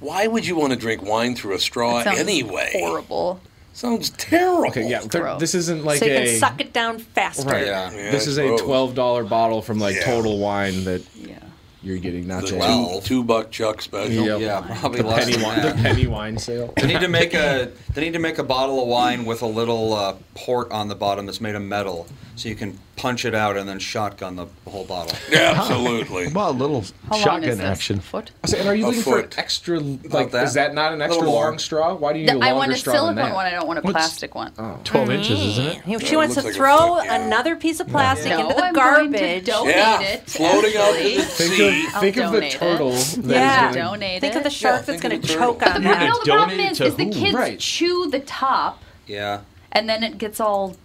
Speaker 1: Why would you want to drink wine through a straw
Speaker 6: It sounds
Speaker 1: anyway?
Speaker 6: horrible.
Speaker 1: Sounds terrible.
Speaker 2: Okay, yeah, there-
Speaker 6: Gross.
Speaker 2: this isn't like
Speaker 3: so you
Speaker 2: a
Speaker 3: can suck it down faster.
Speaker 2: right.
Speaker 1: Yeah. Yeah,
Speaker 2: this is a
Speaker 1: gross.
Speaker 2: twelve dollar bottle from like
Speaker 1: Yeah.
Speaker 2: Total Wine that
Speaker 6: Yeah.
Speaker 2: you're getting, not
Speaker 1: The
Speaker 2: just
Speaker 1: two, two buck chuck special.
Speaker 2: Yep.
Speaker 4: Yeah, probably
Speaker 2: the
Speaker 4: less
Speaker 2: penny
Speaker 4: than
Speaker 2: wine, the
Speaker 4: that.
Speaker 2: penny wine sale.
Speaker 4: They need to make a. They need to make a bottle of wine with a little uh, port on the bottom that's made of metal, so you can punch it out and then shotgun the whole bottle.
Speaker 1: Absolutely.
Speaker 7: Well, a little
Speaker 6: How long is
Speaker 7: shotgun
Speaker 6: this?
Speaker 7: action.
Speaker 6: A foot?
Speaker 2: So, and are you
Speaker 1: A
Speaker 2: looking for an
Speaker 1: foot.
Speaker 2: extra? Like,
Speaker 4: that.
Speaker 2: is that not an extra
Speaker 4: Little more.
Speaker 2: long straw? Why do you need a
Speaker 6: No,
Speaker 2: longer
Speaker 6: I want a
Speaker 2: straw
Speaker 6: silicone
Speaker 2: than that?
Speaker 6: one. I don't want a
Speaker 7: What's-
Speaker 6: plastic one.
Speaker 7: Twelve inches, isn't it?
Speaker 3: He- She
Speaker 1: Yeah, it
Speaker 3: wants to
Speaker 1: looks like a
Speaker 3: throw
Speaker 1: foot, yeah.
Speaker 3: another piece of plastic
Speaker 6: No,
Speaker 3: into the
Speaker 6: Oh, I'm going to
Speaker 3: garbage.
Speaker 6: donate
Speaker 1: Yeah,
Speaker 6: it,
Speaker 1: floating out
Speaker 6: actually.
Speaker 1: in the
Speaker 2: Think
Speaker 1: sea.
Speaker 2: of,
Speaker 6: I'll
Speaker 2: think of the
Speaker 6: donate it.
Speaker 2: turtle. that is
Speaker 3: Yeah.
Speaker 2: getting-
Speaker 6: Donate
Speaker 3: Think
Speaker 6: it.
Speaker 3: of the shark that's
Speaker 1: think
Speaker 3: going
Speaker 1: of
Speaker 3: to
Speaker 1: the
Speaker 3: choke
Speaker 1: turtle.
Speaker 3: on
Speaker 6: But
Speaker 3: that.
Speaker 6: no, the problem
Speaker 7: Donate it
Speaker 6: is,
Speaker 7: to
Speaker 6: is the
Speaker 7: who?
Speaker 6: kids
Speaker 2: Right.
Speaker 6: chew the top,
Speaker 4: Yeah.
Speaker 6: and then it gets all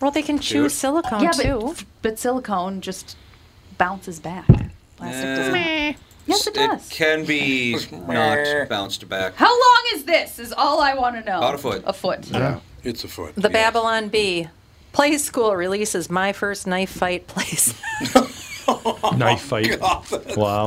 Speaker 3: Well, they can chew
Speaker 1: Dude.
Speaker 3: silicone
Speaker 6: yeah,
Speaker 3: too.
Speaker 6: but, but silicone just bounces back. Plastic
Speaker 4: Eh.
Speaker 6: doesn't. Yes, it does.
Speaker 4: can be not bounced back.
Speaker 6: How long is this? Is all I want to know.
Speaker 4: About a foot.
Speaker 6: A foot.
Speaker 1: It's a foot.
Speaker 3: The
Speaker 1: yes.
Speaker 3: Babylon Bee. Play School releases my first knife fight place.
Speaker 7: Knife fight.
Speaker 1: God, Oh, that's
Speaker 7: Wow.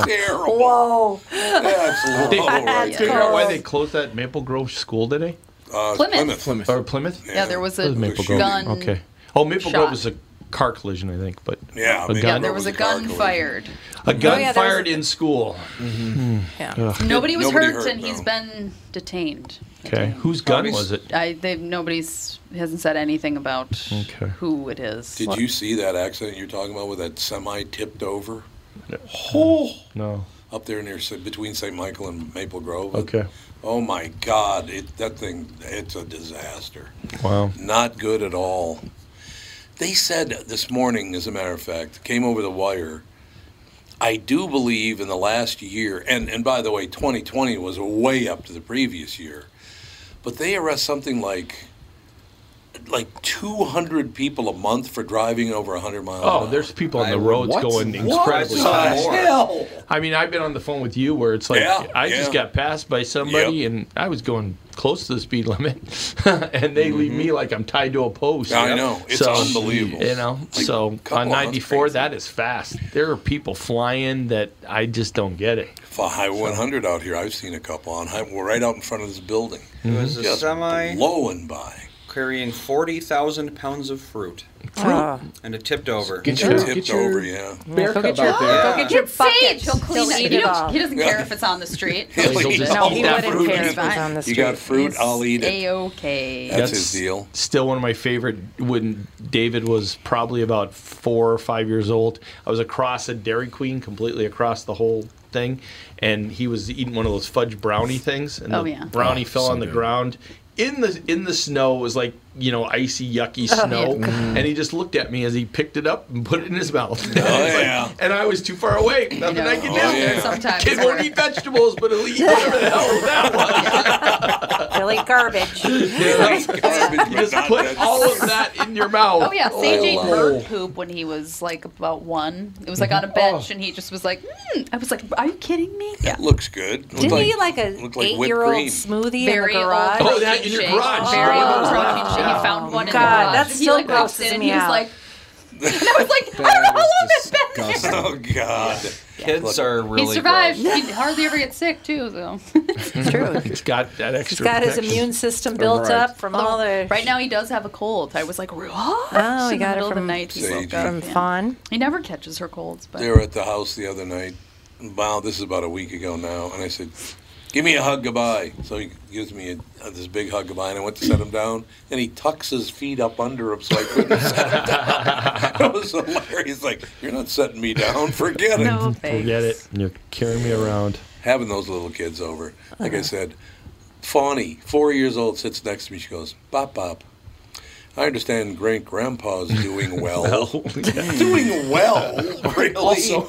Speaker 1: terrible.
Speaker 3: Whoa.
Speaker 1: That's
Speaker 7: They,
Speaker 1: low right
Speaker 7: figure out why
Speaker 3: cold.
Speaker 7: they closed that Maple Grove school today
Speaker 1: Uh,
Speaker 6: Plymouth.
Speaker 2: Plymouth.
Speaker 7: or Plymouth.
Speaker 6: Yeah, there was
Speaker 7: That
Speaker 6: a
Speaker 7: was Maple Grove.
Speaker 6: gun.
Speaker 7: Okay. Oh, Maple
Speaker 6: Shot.
Speaker 7: Grove was a car collision, I think, but
Speaker 1: Yeah,
Speaker 7: a
Speaker 1: Maple
Speaker 6: Yeah,
Speaker 7: gun,
Speaker 1: Grove.
Speaker 6: there was a
Speaker 1: Gun was a
Speaker 6: gun
Speaker 1: car
Speaker 6: fired.
Speaker 7: a gun
Speaker 3: yeah, there was
Speaker 7: fired
Speaker 3: a-
Speaker 7: in school.
Speaker 3: Yeah.
Speaker 6: Nobody was
Speaker 1: Nobody
Speaker 6: hurt,
Speaker 1: hurt,
Speaker 6: and he's
Speaker 1: though.
Speaker 6: been detained.
Speaker 7: Okay, whose gun
Speaker 4: Probably
Speaker 7: was it?
Speaker 6: I they nobody's hasn't said anything about
Speaker 7: Okay.
Speaker 6: who it is.
Speaker 1: Did you see that accident you're talking about with that semi tipped over?
Speaker 7: No.
Speaker 1: Up there near Sa- between St. Michael and Maple Grove.
Speaker 7: Okay.
Speaker 1: Oh my God! It, that thing—it's a disaster.
Speaker 7: Wow.
Speaker 1: Not good at all. They said this morning, as a matter of fact, came over the wire. I do believe in the last year, and, and by the way, 2020 was way up to the previous year, but they arrest something like like 200 people a month for driving over 100 miles.
Speaker 7: Oh,
Speaker 1: an
Speaker 7: there's people on
Speaker 1: I-
Speaker 7: the roads
Speaker 1: what?
Speaker 7: going
Speaker 1: What
Speaker 7: incredibly
Speaker 1: the
Speaker 7: fast.
Speaker 1: hell?
Speaker 7: I mean, I've been on the phone with you where it's like
Speaker 1: Yeah,
Speaker 7: I just
Speaker 1: yeah.
Speaker 7: got passed by somebody and I was going close to the speed limit, and they leave me like I'm tied to a post.
Speaker 1: Mm-hmm. I know. It's
Speaker 7: So,
Speaker 1: unbelievable.
Speaker 7: You know,
Speaker 1: Like,
Speaker 7: so
Speaker 1: couple
Speaker 7: on
Speaker 1: of months
Speaker 7: 94, that is fast. There are people flying that I just don't get it.
Speaker 1: For Highway 100 out here, I've seen a couple on high, we're right out in front of this building.
Speaker 7: It was
Speaker 4: a
Speaker 1: Just
Speaker 4: semi-
Speaker 1: blowing by.
Speaker 4: Carrying 40,000 pounds of fruit. Uh.
Speaker 1: Fruit?
Speaker 4: And it tipped over.
Speaker 1: Get your- Tipped get your- over, yeah.
Speaker 3: go
Speaker 4: Bear cub
Speaker 3: get your,
Speaker 4: out there.
Speaker 3: go get your
Speaker 6: Sage,
Speaker 3: bucket.
Speaker 6: he'll clean
Speaker 3: He'll
Speaker 6: it.
Speaker 3: eat
Speaker 6: He
Speaker 3: it
Speaker 6: don't-
Speaker 3: all.
Speaker 6: he doesn't care if it's on the street.
Speaker 1: He'll eat
Speaker 3: No,
Speaker 1: all
Speaker 3: he
Speaker 1: that
Speaker 3: wouldn't
Speaker 1: fruit.
Speaker 3: care if it was on the
Speaker 1: You got
Speaker 3: street.
Speaker 1: fruit, I'll eat it.
Speaker 6: A-okay.
Speaker 1: That's his deal.
Speaker 7: Still one of my favorite. When David was probably about four or five years old, I was across a Dairy Queen, completely across the whole thing, and he was eating one of those fudge brownie things, and
Speaker 6: Oh,
Speaker 7: the
Speaker 6: yeah.
Speaker 7: brownie
Speaker 6: Oh,
Speaker 7: fell
Speaker 6: so
Speaker 7: on the
Speaker 6: good.
Speaker 7: ground. In the in the snow it was like you know icy yucky
Speaker 6: Oh,
Speaker 7: snow,
Speaker 6: yeah.
Speaker 7: and he just looked at me as he picked it up and put it in his mouth. Oh,
Speaker 1: yeah.
Speaker 7: and I was too far away. Nothing I could do.
Speaker 1: Oh, yeah.
Speaker 6: Sometimes
Speaker 7: Kid won't eat vegetables, but he'll eat whatever the hell that was.
Speaker 3: He'll eat garbage.
Speaker 7: You just put all of that in your mouth.
Speaker 6: Oh yeah, Sage ate bird poop when he was like about one. It was like
Speaker 1: Oh.
Speaker 6: on a bench, and he just was like, mm. "I was like, are you kidding me?" Yeah.
Speaker 1: Looks good. Looked
Speaker 3: Didn't he eat like a
Speaker 1: looked like whipped
Speaker 3: eight-year-old
Speaker 1: cream. Oh,
Speaker 3: smoothie
Speaker 6: Very
Speaker 3: Oh, in the garage?
Speaker 6: old protein shake. Very old protein shake. He found one in the
Speaker 3: God,
Speaker 6: garage.
Speaker 3: that
Speaker 6: He,
Speaker 3: still
Speaker 6: like, walked
Speaker 3: grosses
Speaker 6: in and
Speaker 3: me
Speaker 6: he was
Speaker 3: out.
Speaker 6: like, and I was like, I don't know how long it's been. there."
Speaker 1: Oh, God.
Speaker 4: Kids are really.
Speaker 6: he survived. He hardly ever gets sick too. So
Speaker 7: He's got that
Speaker 3: He's
Speaker 7: extra.
Speaker 3: got his
Speaker 7: protection.
Speaker 3: immune system built
Speaker 7: Right.
Speaker 3: up from all the.
Speaker 6: right now he does have a cold. I was like, what?
Speaker 3: Oh, he
Speaker 6: In the
Speaker 3: got it
Speaker 6: middle of the
Speaker 3: from
Speaker 6: night. He woke
Speaker 1: Sage.
Speaker 6: up.
Speaker 1: From
Speaker 6: yeah.
Speaker 3: Fawn.
Speaker 6: He never catches her colds, but
Speaker 1: They were at the house the other night. Wow, this is about a week ago now. And I said, Give me a hug goodbye. So he gives me a, uh, this big hug goodbye, and I went to set him down, and he tucks his feet up under him so I couldn't set him down. It was hilarious. Like, you're not setting me down. Forget it.
Speaker 7: Forget it. You're carrying me around.
Speaker 1: having those little kids over. Like
Speaker 6: Uh-huh.
Speaker 1: I said, Fawny, four years old, sits next to me. She goes, Bop, Bop. I understand great grandpa's doing well. Doing well, really?
Speaker 2: Also,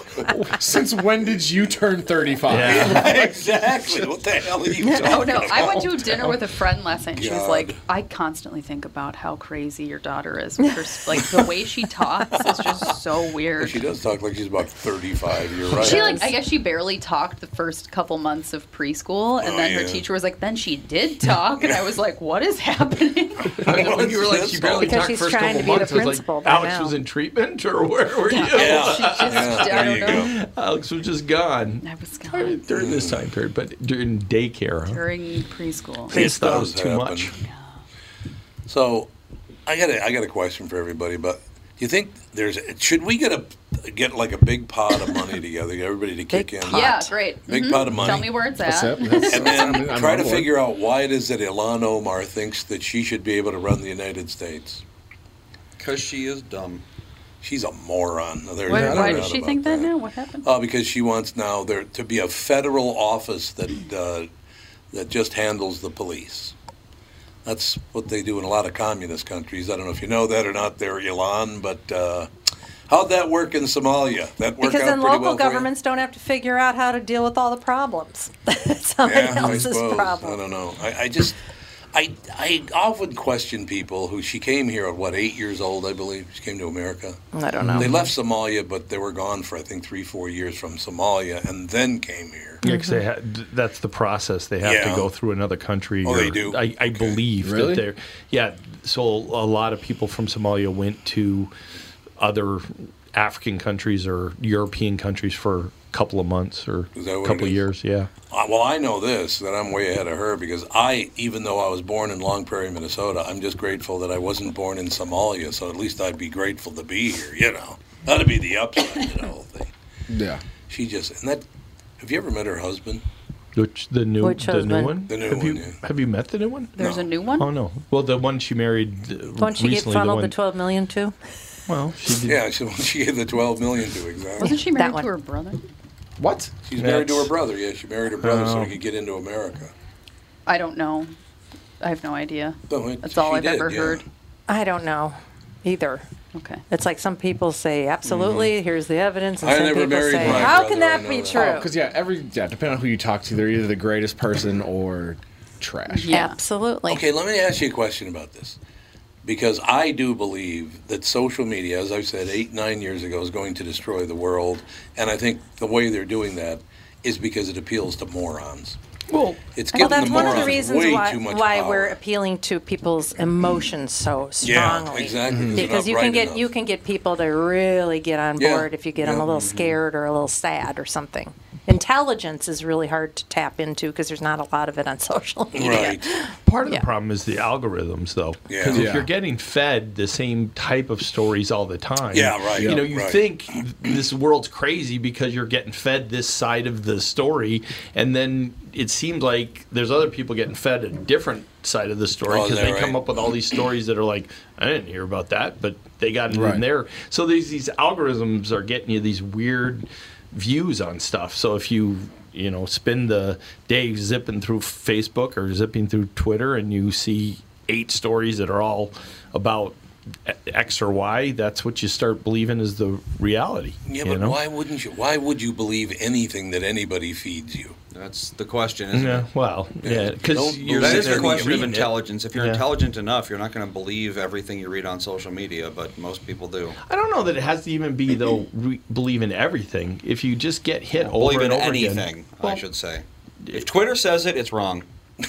Speaker 2: since when did you turn 35?
Speaker 1: exactly. What the hell are you talking
Speaker 6: Oh no!
Speaker 1: about?
Speaker 6: I went to dinner with a friend last night. and She was like,
Speaker 1: God.
Speaker 6: "I constantly think about how crazy your daughter is. With her, like the way she talks is just so weird."
Speaker 1: She does talk like she's about 35, you're right.
Speaker 6: She like I guess she barely talked the first couple months of preschool, and
Speaker 1: Oh,
Speaker 6: then her
Speaker 1: yeah.
Speaker 6: teacher was like, "Then she did talk," and I was like, "What is happening?"
Speaker 7: When you were like, you barely
Speaker 6: Because
Speaker 7: talked
Speaker 6: she's
Speaker 7: first
Speaker 6: trying
Speaker 7: couple
Speaker 6: to be the
Speaker 7: months. I was
Speaker 6: principal
Speaker 7: like,
Speaker 6: by
Speaker 7: Alex
Speaker 6: now.
Speaker 7: was in treatment, or where were you?
Speaker 6: Yeah, she just- I
Speaker 1: there you don't
Speaker 7: go. Alex was just gone.
Speaker 6: I was gone
Speaker 7: during this time period, but during daycare. Huh?
Speaker 6: during preschool.
Speaker 7: I just thought it was too much.
Speaker 1: So, I got a, I got a question for everybody. But do you think there's should we get a get like a big pot of money together, get everybody to kick in?
Speaker 6: Yeah, great.
Speaker 1: Big
Speaker 6: Mhm.
Speaker 1: pot of money.
Speaker 6: Tell me where it's
Speaker 1: That's
Speaker 6: at.
Speaker 1: it. and then try to figure out why it is that Ilan Omar thinks that she should be able to run the United States.
Speaker 4: Because she is dumb.
Speaker 1: She's a moron. There's
Speaker 6: Why,
Speaker 1: no
Speaker 6: why
Speaker 1: doubt
Speaker 6: does she
Speaker 1: about
Speaker 6: think that now? What happened?
Speaker 1: Uh, because she wants now there to be a federal office that uh, that just handles the police. That's what they do in a lot of communist countries. I don't know if you know that or not, there, Elon. But uh, how'd that work in Somalia? That worked
Speaker 3: Because
Speaker 1: out
Speaker 3: then
Speaker 1: pretty
Speaker 3: local
Speaker 1: well for you?
Speaker 3: governments don't have to figure out how to deal with all the problems. Somebody
Speaker 1: Yeah, I
Speaker 3: else's
Speaker 1: suppose.
Speaker 3: problem.
Speaker 1: I don't know. I, I just, I, I often question people who she came here at what eight years old, I believe. She came to America.
Speaker 3: I don't know.
Speaker 1: They left Somalia, but they were gone for I think three, four years from Somalia, and then came here.
Speaker 7: Yeah,
Speaker 3: Mm-hmm.
Speaker 7: 'cause they ha- d- that's the process they have
Speaker 1: Yeah.
Speaker 7: to go through another country.
Speaker 1: Oh, they
Speaker 7: or-
Speaker 1: do?
Speaker 7: I, I believe
Speaker 1: Really?
Speaker 7: that they're. Yeah, so a lot of people from Somalia went to other African countries or European countries for a couple of months or
Speaker 1: Is that
Speaker 7: a
Speaker 1: what
Speaker 7: couple
Speaker 1: it
Speaker 7: of
Speaker 1: is?
Speaker 7: years. Yeah.
Speaker 1: Uh, Well, I know this that I'm way ahead of her because I, even though I was born in Long Prairie, Minnesota, I'm just grateful that I wasn't born in Somalia. So at least I'd be grateful to be here. You know, that'd be the upside to the whole thing.
Speaker 2: Yeah.
Speaker 1: She just and that. Have you ever met her husband?
Speaker 7: Which the new
Speaker 1: Which
Speaker 7: the new
Speaker 1: husband?
Speaker 7: one?
Speaker 1: The new
Speaker 7: have
Speaker 1: one,
Speaker 7: You,
Speaker 1: yeah.
Speaker 7: Have you met the new one?
Speaker 6: There's a new one.
Speaker 7: Oh no. Well, the one she married uh,
Speaker 3: Hmm? Don't you get
Speaker 7: recently. the
Speaker 3: funneled
Speaker 7: one.
Speaker 3: the 12 million too?
Speaker 7: well, she did.
Speaker 1: Yeah, she, she gave the twelve million to exactly.
Speaker 6: Wasn't she
Speaker 3: That
Speaker 6: married
Speaker 3: one.
Speaker 6: to her brother?
Speaker 2: What?
Speaker 1: She's married to her
Speaker 7: That's-
Speaker 1: brother. Yeah, she married her brother so
Speaker 7: Oh.
Speaker 1: he could get into America.
Speaker 6: I don't know. I have no idea.
Speaker 1: So it-
Speaker 6: That's all
Speaker 1: she
Speaker 6: I've
Speaker 1: did,
Speaker 6: ever
Speaker 1: yeah.
Speaker 6: heard.
Speaker 3: I don't know. either.
Speaker 6: Okay.
Speaker 3: It's like some people
Speaker 1: Mm-hmm.
Speaker 3: say, absolutely, here's the evidence. And
Speaker 2: I
Speaker 3: some
Speaker 2: never
Speaker 3: people
Speaker 2: married
Speaker 3: say,
Speaker 2: my
Speaker 3: how
Speaker 2: brother,
Speaker 3: can
Speaker 2: I
Speaker 3: that be true?
Speaker 1: Oh,
Speaker 2: Because Oh, yeah, every yeah, depending on who you talk to, they're either the greatest person or trash.
Speaker 3: Absolutely.
Speaker 1: Okay, let me ask you a question about this. Because I do believe that social media, as I've said eight, nine years ago, is going to destroy the world. And I think the way they're doing that is because it appeals to morons.
Speaker 6: Well,
Speaker 1: it's
Speaker 3: well,
Speaker 1: giving
Speaker 3: that's
Speaker 1: the
Speaker 3: one of
Speaker 1: morons
Speaker 3: the reasons
Speaker 1: way
Speaker 3: why,
Speaker 1: too much
Speaker 3: why
Speaker 1: power. Mm-hmm.
Speaker 3: we're appealing to people's emotions so
Speaker 1: Yeah,
Speaker 3: strongly.
Speaker 1: exactly, 'cause they're
Speaker 3: Because
Speaker 1: not
Speaker 3: you can
Speaker 1: bright
Speaker 3: get
Speaker 1: enough.
Speaker 3: you can get people to really get on
Speaker 1: Yeah, Mm-hmm.
Speaker 3: board if you get them
Speaker 1: yeah.
Speaker 3: a little scared or a little sad or something. Intelligence is really hard to tap into because there's not a lot of it on social media.
Speaker 7: Part of the problem is the algorithms, though.
Speaker 1: Yeah.
Speaker 7: Because
Speaker 1: Yeah.
Speaker 7: if you're getting fed the same type of stories all the time,
Speaker 1: Yeah, right.
Speaker 7: You know,
Speaker 1: Yeah,
Speaker 7: you
Speaker 1: right.
Speaker 7: think this world's crazy because you're getting fed this side of the story, and then it seems like there's other people getting fed a different side of the story
Speaker 1: Oh, is
Speaker 7: because
Speaker 1: that
Speaker 7: they come
Speaker 1: right?
Speaker 7: up with all these stories that are like, I didn't hear about that, but they got it
Speaker 1: Right.
Speaker 7: in there. So these these algorithms are getting you these weird views on stuff. So if you you know spend the day zipping through Facebook or zipping through Twitter and you see eight stories that are all about E, X or Y, that's what you start believing is the reality.
Speaker 1: Yeah,
Speaker 7: you
Speaker 1: but
Speaker 7: know?
Speaker 1: why wouldn't you? Why would you believe anything that anybody feeds you?
Speaker 4: That's the question, isn't
Speaker 7: Yeah,
Speaker 4: it?
Speaker 7: well, yeah, because
Speaker 4: Don't-
Speaker 7: you're
Speaker 4: that
Speaker 7: sitting
Speaker 4: is
Speaker 7: there
Speaker 4: a
Speaker 7: and
Speaker 4: question of
Speaker 7: reading it.
Speaker 4: intelligence. If you're
Speaker 7: Yeah.
Speaker 4: intelligent enough, you're not going to believe everything you read on social media, but most people do.
Speaker 7: I don't know that it has to even be though re- believe in everything. If you just get hit
Speaker 4: Believe
Speaker 7: over
Speaker 4: in
Speaker 7: and over
Speaker 4: anything,
Speaker 7: again,
Speaker 4: I should say. If Twitter says it, it's wrong.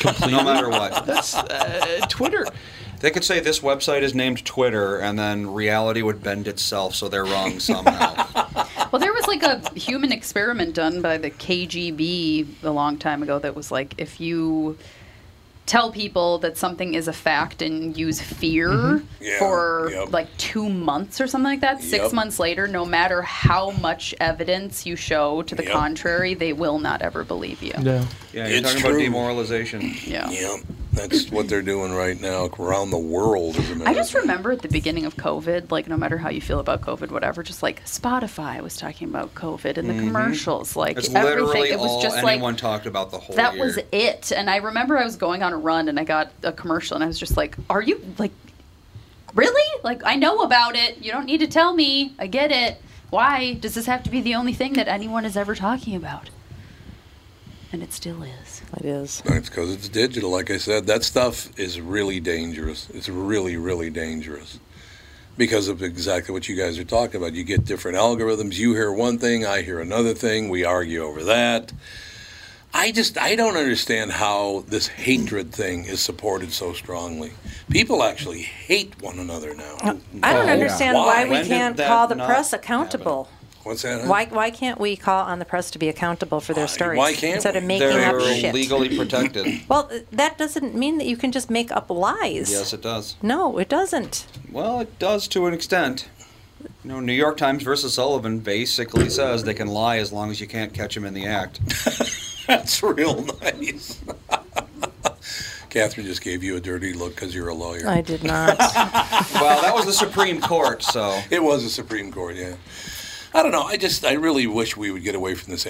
Speaker 7: Completely.
Speaker 4: no matter what.
Speaker 7: That's uh, Twitter.
Speaker 4: They could say this website is named Twitter, and then reality would bend itself, so they're wrong somehow.
Speaker 6: Well, there was like a human experiment done by the KGB a long time ago that was like if you tell people that something is a fact and use fear
Speaker 4: Mm-hmm.
Speaker 9: Mhm. Yeah,
Speaker 6: for
Speaker 9: yep.
Speaker 6: like two months or something like that, six
Speaker 9: Yep.
Speaker 6: months later, no matter how much evidence you show to the
Speaker 4: Yep.
Speaker 6: contrary, they will not ever believe you.
Speaker 4: Yeah, you're
Speaker 1: It's
Speaker 4: talking
Speaker 1: true.
Speaker 4: about demoralization.
Speaker 6: Yeah.
Speaker 1: Yeah, that's what they're doing right now around the world. As a matter
Speaker 6: I
Speaker 1: of
Speaker 6: just remember at the beginning of COVID, like no matter how you feel about COVID, whatever, just like Spotify was talking about COVID and the
Speaker 4: Mhm.
Speaker 6: commercials, like
Speaker 4: it's
Speaker 6: everything.
Speaker 4: literally
Speaker 6: It was
Speaker 4: all
Speaker 6: just like
Speaker 4: anyone talked about the whole
Speaker 6: that
Speaker 4: year.
Speaker 6: was it. And I remember I was going on a run and I got a commercial and I was just like, "Are you like really? Like I know about it. You don't need to tell me. I get it. Why does this have to be the only thing that anyone is ever talking about?" And it still is.
Speaker 3: It is.
Speaker 1: It's because it's digital. Like I said, that stuff is really dangerous. It's really, really dangerous because of exactly what you guys are talking about. You get different algorithms. You hear one thing, I hear another thing. We argue over that. I just I don't understand how this hatred thing is supported so strongly. People actually hate one another
Speaker 6: Uh,
Speaker 1: now.
Speaker 3: I don't understand why
Speaker 1: Mm-hmm. Oh,
Speaker 3: we
Speaker 1: When did
Speaker 3: can't
Speaker 1: that
Speaker 3: call the
Speaker 1: not
Speaker 3: press accountable.
Speaker 1: happen? What's that?
Speaker 3: Why, why can't we call on the press to be accountable for their stories
Speaker 1: why can't
Speaker 3: instead of
Speaker 1: we?
Speaker 3: making
Speaker 4: They're
Speaker 3: up shit?
Speaker 4: legally protected.
Speaker 3: Well, th- that doesn't mean that you can just make up lies.
Speaker 4: yes, it does.
Speaker 3: No, it doesn't.
Speaker 4: Well, it does to an extent. You know, New York Times versus Sullivan basically says they can lie as long as you can't catch them in the act.
Speaker 1: That's real nice. Catherine just gave you a dirty look because you're a lawyer.
Speaker 3: I did not.
Speaker 4: well, that was the Supreme Court, so
Speaker 1: it was the Supreme Court. Yeah, I don't know. I just I really wish we would get away from this.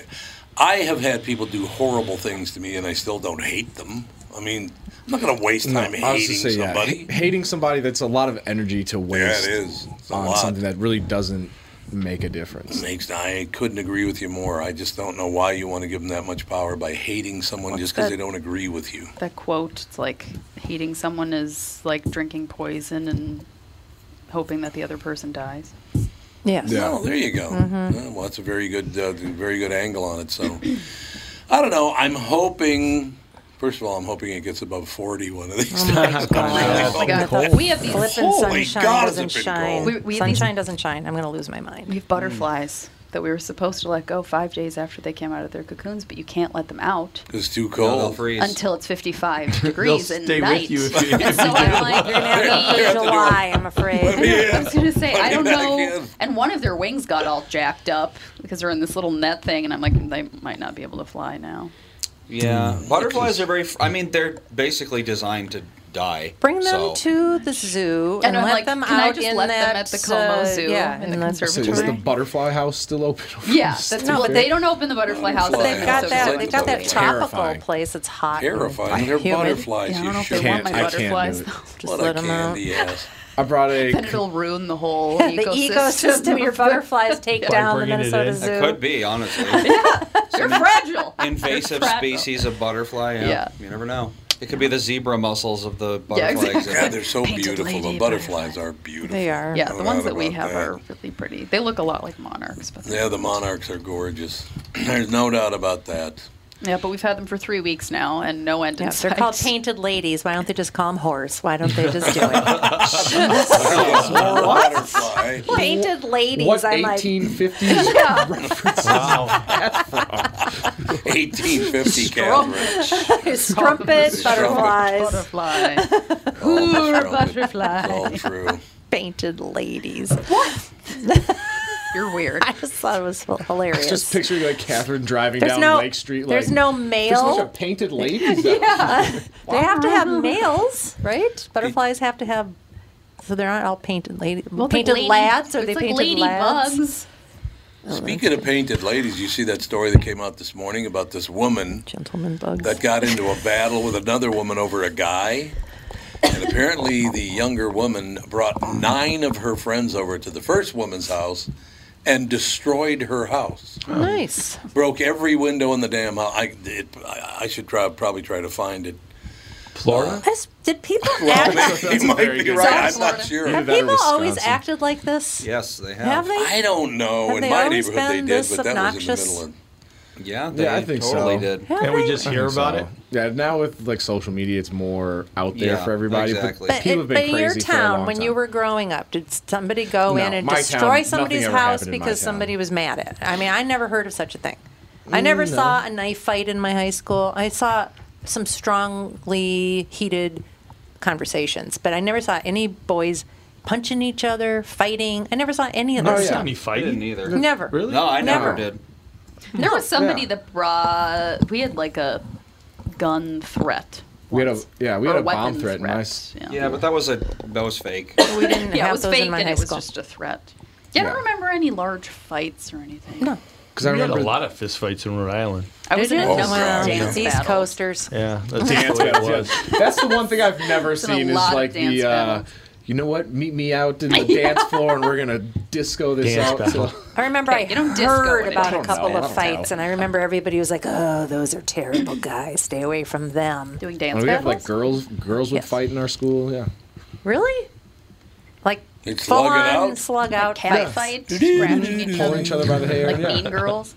Speaker 1: I have had people do horrible things to me, and I still don't hate them. I mean, I'm not going to waste time
Speaker 2: I was
Speaker 1: hating
Speaker 2: just saying, yeah,
Speaker 1: somebody.
Speaker 2: ha- hating somebody that's a lot of energy to waste
Speaker 1: is. It's a
Speaker 2: on
Speaker 1: lot.
Speaker 2: something that really doesn't make a difference.
Speaker 1: Makes I couldn't agree with you more. I just don't know why you want to give them that much power by hating someone just because
Speaker 6: that?
Speaker 1: they don't agree with you.
Speaker 6: That quote, it's like hating someone is like drinking poison and hoping that the other person dies.
Speaker 3: Yes.
Speaker 1: Yeah. Oh, there you go.
Speaker 6: Mhm.
Speaker 1: Yeah, well, that's a very good, uh, very good angle on it. So, I don't know. I'm hoping. First of all, I'm hoping it gets above 40 one of these
Speaker 3: Oh my
Speaker 1: times.
Speaker 3: God.
Speaker 6: my God. Cold. We have these-
Speaker 3: Flippin'
Speaker 6: Holy
Speaker 3: sunshine
Speaker 6: God, has it
Speaker 3: doesn't
Speaker 6: been
Speaker 3: shine.
Speaker 6: cold. We- we have these-
Speaker 3: sunshine doesn't shine. I'm going to lose my mind.
Speaker 6: We have butterflies that we were supposed to let go five days after they came out of their cocoons, but you can't let them out
Speaker 1: It's too
Speaker 4: No, they'll
Speaker 1: cold.
Speaker 4: freeze.
Speaker 6: until it's 55 degrees
Speaker 7: They'll
Speaker 6: at
Speaker 7: stay with
Speaker 6: night.
Speaker 7: you if you-
Speaker 6: And so I'm like,
Speaker 3: You're going to have to
Speaker 6: Yeah.
Speaker 3: wait till July, I'm afraid.
Speaker 6: I was gonna say I don't
Speaker 3: Let me
Speaker 6: know. And one of their wings got all jacked up because they're in this little net thing, and I'm like, they might not be able to fly now.
Speaker 4: yeah, butterflies are very. I mean, they're basically designed to die.
Speaker 3: Bring them
Speaker 4: so.
Speaker 3: to the zoo and,
Speaker 6: And I'm
Speaker 3: let
Speaker 6: like,
Speaker 3: them
Speaker 6: can I
Speaker 3: out
Speaker 6: just
Speaker 3: in
Speaker 6: let them
Speaker 3: that
Speaker 6: at the Como
Speaker 3: uh,
Speaker 6: Zoo
Speaker 3: yeah,
Speaker 6: in
Speaker 3: in
Speaker 6: the
Speaker 3: the
Speaker 6: conservatory?
Speaker 2: So is the butterfly house still open?
Speaker 6: Yeah, that's
Speaker 3: No,
Speaker 6: well,
Speaker 3: but-
Speaker 6: they don't open the butterfly house.
Speaker 3: But they've got
Speaker 6: so
Speaker 3: that.
Speaker 6: it's
Speaker 3: They've got that
Speaker 6: terrifying.
Speaker 3: tropical place. It's hot. and
Speaker 1: Terrifying. They're
Speaker 3: humid.
Speaker 1: butterflies.
Speaker 6: Yeah, I
Speaker 1: you
Speaker 6: don't know if they
Speaker 1: shit.
Speaker 6: want my
Speaker 1: I can't do
Speaker 6: butterflies.
Speaker 1: it.
Speaker 3: Just
Speaker 1: what
Speaker 3: let
Speaker 1: a
Speaker 3: 'em out.
Speaker 1: candy ass.
Speaker 2: I brought a
Speaker 6: Then it'll ruin the whole
Speaker 3: the
Speaker 6: ecosystem.
Speaker 3: ecosystem your butterflies take down the Minnesota Zoo.
Speaker 4: It could be, honestly.
Speaker 6: They're fragile.
Speaker 4: Invasive
Speaker 6: Crap.
Speaker 4: species of butterfly. Yeah.
Speaker 6: Yeah.
Speaker 4: You never know. It could be the zebra muscles of the butterfly.
Speaker 6: exactly.
Speaker 4: exhibit.
Speaker 6: Yeah, they're so Painted beautiful. The lady
Speaker 1: butterflies are beautiful.
Speaker 6: They are. Yeah, the
Speaker 1: No
Speaker 6: ones
Speaker 1: doubt
Speaker 6: that we
Speaker 1: about
Speaker 6: have
Speaker 1: that.
Speaker 6: are really pretty. They look a lot like monarchs, but
Speaker 1: Yeah, the monarchs are gorgeous. There's no doubt about that.
Speaker 6: yeah, but we've had them for three weeks now and no end in
Speaker 3: Yeah, they're
Speaker 6: sight.
Speaker 3: called painted ladies. Why don't they just call them horse? Why don't they just do it?
Speaker 1: Butterfly.
Speaker 3: painted ladies.
Speaker 2: What
Speaker 3: I'm like,
Speaker 2: 1850s?
Speaker 1: Wow. 1850 Catherine.
Speaker 3: Strumpet butterflies.
Speaker 6: Butterfly.
Speaker 3: Poor
Speaker 1: Strumpet. It's all
Speaker 3: butterfly.
Speaker 1: true.
Speaker 3: Painted ladies. What?
Speaker 6: You're weird.
Speaker 3: I just thought it was hilarious.
Speaker 2: Just picturing like Catherine driving
Speaker 3: There's
Speaker 2: down
Speaker 3: no-
Speaker 2: Lake Street.
Speaker 3: there's
Speaker 2: like,
Speaker 3: no
Speaker 2: There's a bunch
Speaker 3: male."
Speaker 2: of painted ladies. out
Speaker 3: yeah. they have to have males, right? Butterflies have to have. So they're not all painted lady,
Speaker 6: it's like
Speaker 3: painted
Speaker 6: lady-
Speaker 3: lads. Are they
Speaker 6: it's like
Speaker 3: painted
Speaker 6: ladybugs.
Speaker 3: lads?
Speaker 1: Speaking of painted ladies, you see that story that came out this morning about this woman
Speaker 3: Gentleman bugs.
Speaker 1: that got into a battle with another woman over a guy. And apparently, the younger woman brought nine of her friends over to the first woman's house and destroyed her house.
Speaker 3: Nice.
Speaker 1: Broke every window in the damn house. I, it, I, I should try, probably try to find it.
Speaker 7: Florida?
Speaker 3: That's- Did people
Speaker 1: Well,
Speaker 3: act-
Speaker 1: you might be right. I'm not sure.
Speaker 3: Have people always acted like this?
Speaker 4: Yes, they have.
Speaker 3: Have they?
Speaker 1: I don't know.
Speaker 3: Have
Speaker 1: in
Speaker 3: they
Speaker 1: my
Speaker 3: always
Speaker 1: neighborhood, they
Speaker 3: been
Speaker 1: did,
Speaker 3: this
Speaker 1: but that was in the
Speaker 3: obnoxious?
Speaker 1: middle of.
Speaker 4: Yeah,
Speaker 2: Yeah, I think
Speaker 4: totally
Speaker 2: so.
Speaker 4: did.
Speaker 3: Have
Speaker 2: And
Speaker 3: And we they? just
Speaker 1: hear about it?
Speaker 2: Yeah, now with like social media, it's more out there
Speaker 4: Yeah,
Speaker 2: for everybody.
Speaker 4: exactly.
Speaker 2: But,
Speaker 3: But,
Speaker 2: people
Speaker 3: it-
Speaker 2: have been
Speaker 3: but in
Speaker 2: crazy
Speaker 3: your
Speaker 2: for a long
Speaker 3: town, when
Speaker 2: time.
Speaker 3: you were growing up, did somebody go
Speaker 2: No,
Speaker 3: in and
Speaker 2: my town,
Speaker 3: destroy
Speaker 2: nothing
Speaker 3: somebody's
Speaker 2: ever
Speaker 3: house
Speaker 2: happened in my
Speaker 3: because
Speaker 2: town.
Speaker 3: somebody was mad at? it? I mean, I never heard of such a thing. I never
Speaker 2: Mm, no.
Speaker 3: saw a knife fight in my high school. I saw some strongly heated conversations, but I never saw any boys punching each other, fighting. I never saw any of
Speaker 2: Oh,
Speaker 3: that stuff.
Speaker 4: I didn't either.
Speaker 3: Never. Really?
Speaker 4: No, I never,
Speaker 3: Never.
Speaker 4: did.
Speaker 6: There was somebody
Speaker 4: Yeah.
Speaker 6: that brought. We had like a gun threat.
Speaker 2: we had a yeah, we had
Speaker 6: Or
Speaker 2: a bomb
Speaker 6: weapons
Speaker 2: threat. in my s-
Speaker 4: Yeah. but that was a that was fake.
Speaker 3: We didn't
Speaker 6: yeah,
Speaker 3: have
Speaker 6: it was
Speaker 3: those
Speaker 6: fake
Speaker 3: in my
Speaker 6: and
Speaker 3: high
Speaker 6: it was
Speaker 3: school.
Speaker 6: just a threat. Yeah, I
Speaker 3: Yeah.
Speaker 6: don't remember any large fights or anything. No.
Speaker 7: Because I
Speaker 6: We had a
Speaker 7: remember a lot of fistfights in Rhode Island.
Speaker 6: I was in a
Speaker 7: Oh,
Speaker 6: dance
Speaker 7: God.
Speaker 6: dance
Speaker 7: Yeah.
Speaker 6: battle.
Speaker 3: coasters.
Speaker 7: Yeah, that's
Speaker 2: Dance
Speaker 7: what it
Speaker 2: battles,
Speaker 7: was.
Speaker 2: yes. That's the one thing I've never
Speaker 6: It's been a
Speaker 2: seen is
Speaker 6: lot of
Speaker 2: like the.
Speaker 6: dance
Speaker 2: Uh,
Speaker 6: battles.
Speaker 2: you know what? Meet me out in the dance floor, and we're gonna disco this uh,
Speaker 7: Dance
Speaker 2: out. till-
Speaker 3: I remember I
Speaker 6: disco
Speaker 3: heard
Speaker 6: it.
Speaker 3: about
Speaker 6: I
Speaker 3: a
Speaker 6: don't
Speaker 3: couple
Speaker 2: know. I
Speaker 3: of
Speaker 2: don't
Speaker 3: fights, and I remember everybody was like, "Oh, those are terrible guys. Stay away from them."
Speaker 6: Doing
Speaker 2: And
Speaker 6: dance
Speaker 2: we have like girls. Girls would fight in our school. Yeah.
Speaker 3: Really? Like
Speaker 2: They'd
Speaker 3: full
Speaker 2: slug it
Speaker 3: on
Speaker 2: out?
Speaker 3: slug out fights?
Speaker 6: cat fight, scratching each
Speaker 2: Pulling
Speaker 6: other,
Speaker 2: each other by the hair.
Speaker 6: like
Speaker 2: yeah.
Speaker 6: mean girls.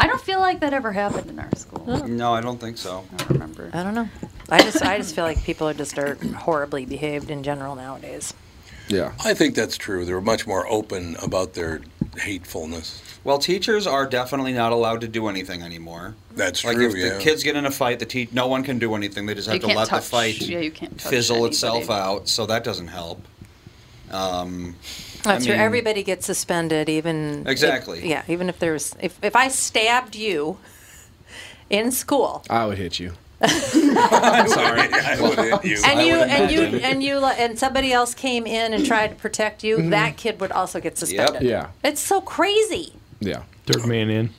Speaker 6: I don't feel like that ever happened in our school.
Speaker 4: No, I don't think so.
Speaker 6: I don't remember.
Speaker 3: I don't know. I just I just feel like people are just are horribly behaved in general nowadays.
Speaker 2: Yeah.
Speaker 1: I think that's true. They were much more open about their hatefulness.
Speaker 4: Well, teachers are definitely not allowed to do anything anymore.
Speaker 1: That's
Speaker 4: like
Speaker 1: true,
Speaker 4: If
Speaker 1: yeah.
Speaker 4: the kids get in a fight, the te- no one can do anything. They just
Speaker 6: You
Speaker 4: have to
Speaker 6: can't
Speaker 4: let
Speaker 6: touch-
Speaker 4: the fight
Speaker 6: yeah, you can't touch
Speaker 4: fizzle itself
Speaker 6: anybody.
Speaker 4: out. So that doesn't help. Um, I
Speaker 3: That's
Speaker 4: mean,
Speaker 3: true. Everybody gets suspended, even if-
Speaker 4: Exactly.
Speaker 3: yeah, even if there was if if I stabbed you in school
Speaker 2: I would hit you. I'm sorry.
Speaker 1: I would hit you.
Speaker 3: and you and you and you li- and somebody else came in and tried to protect you,
Speaker 2: Mm-hmm.
Speaker 3: that kid would also get suspended.
Speaker 7: Yeah.
Speaker 3: It's so crazy.
Speaker 2: Yeah.
Speaker 7: Dirt man in.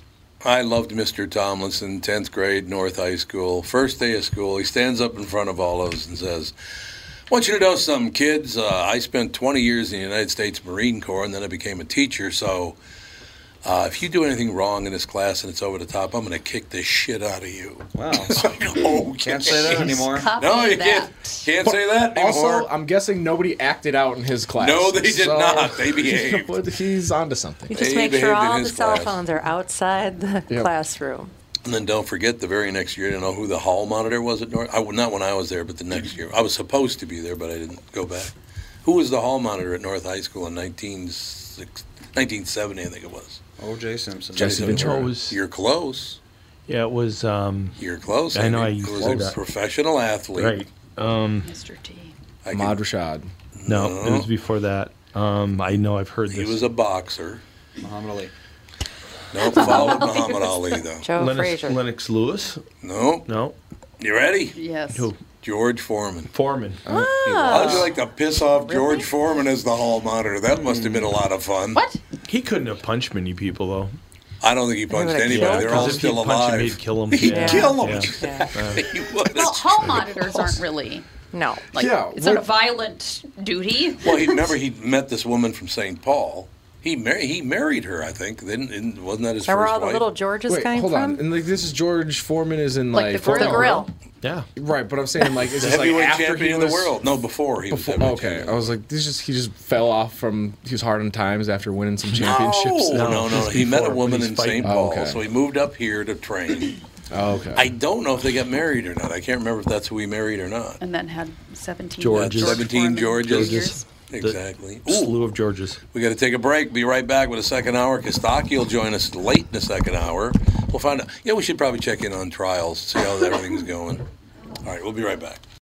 Speaker 1: I loved Mr. Tomlinson, 10th grade, North High School. First day of school, he stands up in front of all of us and says, I want you to know something, kids. Uh, I spent 20 years in the United States Marine Corps and then I became a teacher. So uh, if you do anything wrong in this class and it's over the top, I'm going to kick the shit out of you.
Speaker 4: Wow.
Speaker 1: oh,
Speaker 4: Can't say that anymore.
Speaker 1: No, you can't, can't say that anymore.
Speaker 2: Also, I'm guessing nobody acted out in his class.
Speaker 1: No, they did
Speaker 2: so-
Speaker 1: not. They
Speaker 2: You know
Speaker 1: behaved.
Speaker 2: what? He's onto something.
Speaker 3: You just
Speaker 1: They
Speaker 3: make sure
Speaker 1: behaved in
Speaker 3: all the
Speaker 1: his
Speaker 3: cell
Speaker 1: class.
Speaker 3: phones are outside the
Speaker 1: Yep.
Speaker 3: classroom.
Speaker 1: And then don't forget the very next year, you know who the hall monitor was at North? I, not when I was there, but the next year. I was supposed to be there, but I didn't go back. Who was the hall monitor at North High School in 1960 1970, I think it was?
Speaker 4: O.J. Simpson.
Speaker 1: Jesse Ventura. You're close.
Speaker 7: Yeah, it was. Um,
Speaker 1: You're close.
Speaker 7: I know. I
Speaker 1: Andy. It was
Speaker 7: close.
Speaker 1: a professional athlete.
Speaker 7: Right. Um,
Speaker 6: Mr. T.
Speaker 2: Ahmad Rashad.
Speaker 7: No, it
Speaker 1: No.
Speaker 7: was before that. Um, I know. I've heard this.
Speaker 1: He was a boxer.
Speaker 4: Muhammad Ali.
Speaker 1: No, followed Muhammad Ali, though.
Speaker 7: Lennox, Lennox Lewis.
Speaker 1: No.
Speaker 7: No.
Speaker 1: You ready?
Speaker 6: Yes.
Speaker 7: Who?
Speaker 1: George Foreman.
Speaker 7: Foreman.
Speaker 1: How'd you like to piss off George Foreman as the hall monitor? That must have been a lot of fun. What?
Speaker 7: He couldn't have punched many people though.
Speaker 1: I don't think he punched
Speaker 7: would've
Speaker 1: anybody.
Speaker 7: killed
Speaker 1: They're
Speaker 7: him.
Speaker 1: all
Speaker 7: Because if
Speaker 1: still
Speaker 7: he'd punch him,
Speaker 1: alive.
Speaker 7: he'd kill him.
Speaker 1: He'd
Speaker 7: Yeah.
Speaker 1: kill him.
Speaker 7: Yeah.
Speaker 1: Exactly.
Speaker 6: Well, hall monitors aren't really.
Speaker 3: No.
Speaker 6: Like,
Speaker 1: Yeah,
Speaker 6: it's not a
Speaker 1: what-
Speaker 6: violent duty.
Speaker 1: Well, he remember he met this woman from St. Paul. He married he married her, I think. Then and wasn't that his
Speaker 3: Are
Speaker 1: first
Speaker 3: all the
Speaker 1: wife?
Speaker 3: little Georges
Speaker 2: Wait,
Speaker 3: coming
Speaker 2: hold
Speaker 3: from?
Speaker 2: on. And like this is George Foreman is in
Speaker 3: Like
Speaker 2: like,
Speaker 3: the grill. The grill.
Speaker 7: Yeah.
Speaker 2: Right, but I'm saying like it's
Speaker 1: The
Speaker 2: just like
Speaker 1: heavyweight
Speaker 2: after
Speaker 1: champion
Speaker 2: he
Speaker 1: of the
Speaker 2: was-
Speaker 1: world. No, before he was
Speaker 2: Before-
Speaker 1: heavyweight
Speaker 2: okay, I was like, this just he just fell off from he was hard on times after winning some championships.
Speaker 1: No, no, no. He met a woman in St. Paul,
Speaker 2: Oh, okay.
Speaker 1: so he moved up here to train.
Speaker 2: Oh, okay.
Speaker 1: I don't know if they got married or not. I can't remember if that's who he married or not.
Speaker 6: And then had 17.
Speaker 1: That's Seventeen Georges.
Speaker 7: Georges.
Speaker 1: Exactly.
Speaker 7: The slew of Georges.
Speaker 1: We got to take a break. Be right back with a second hour. Kostaki will join us late in the second hour. We'll find out. Yeah, we should probably check in on trials, see how everything's going. All right, we'll be right back.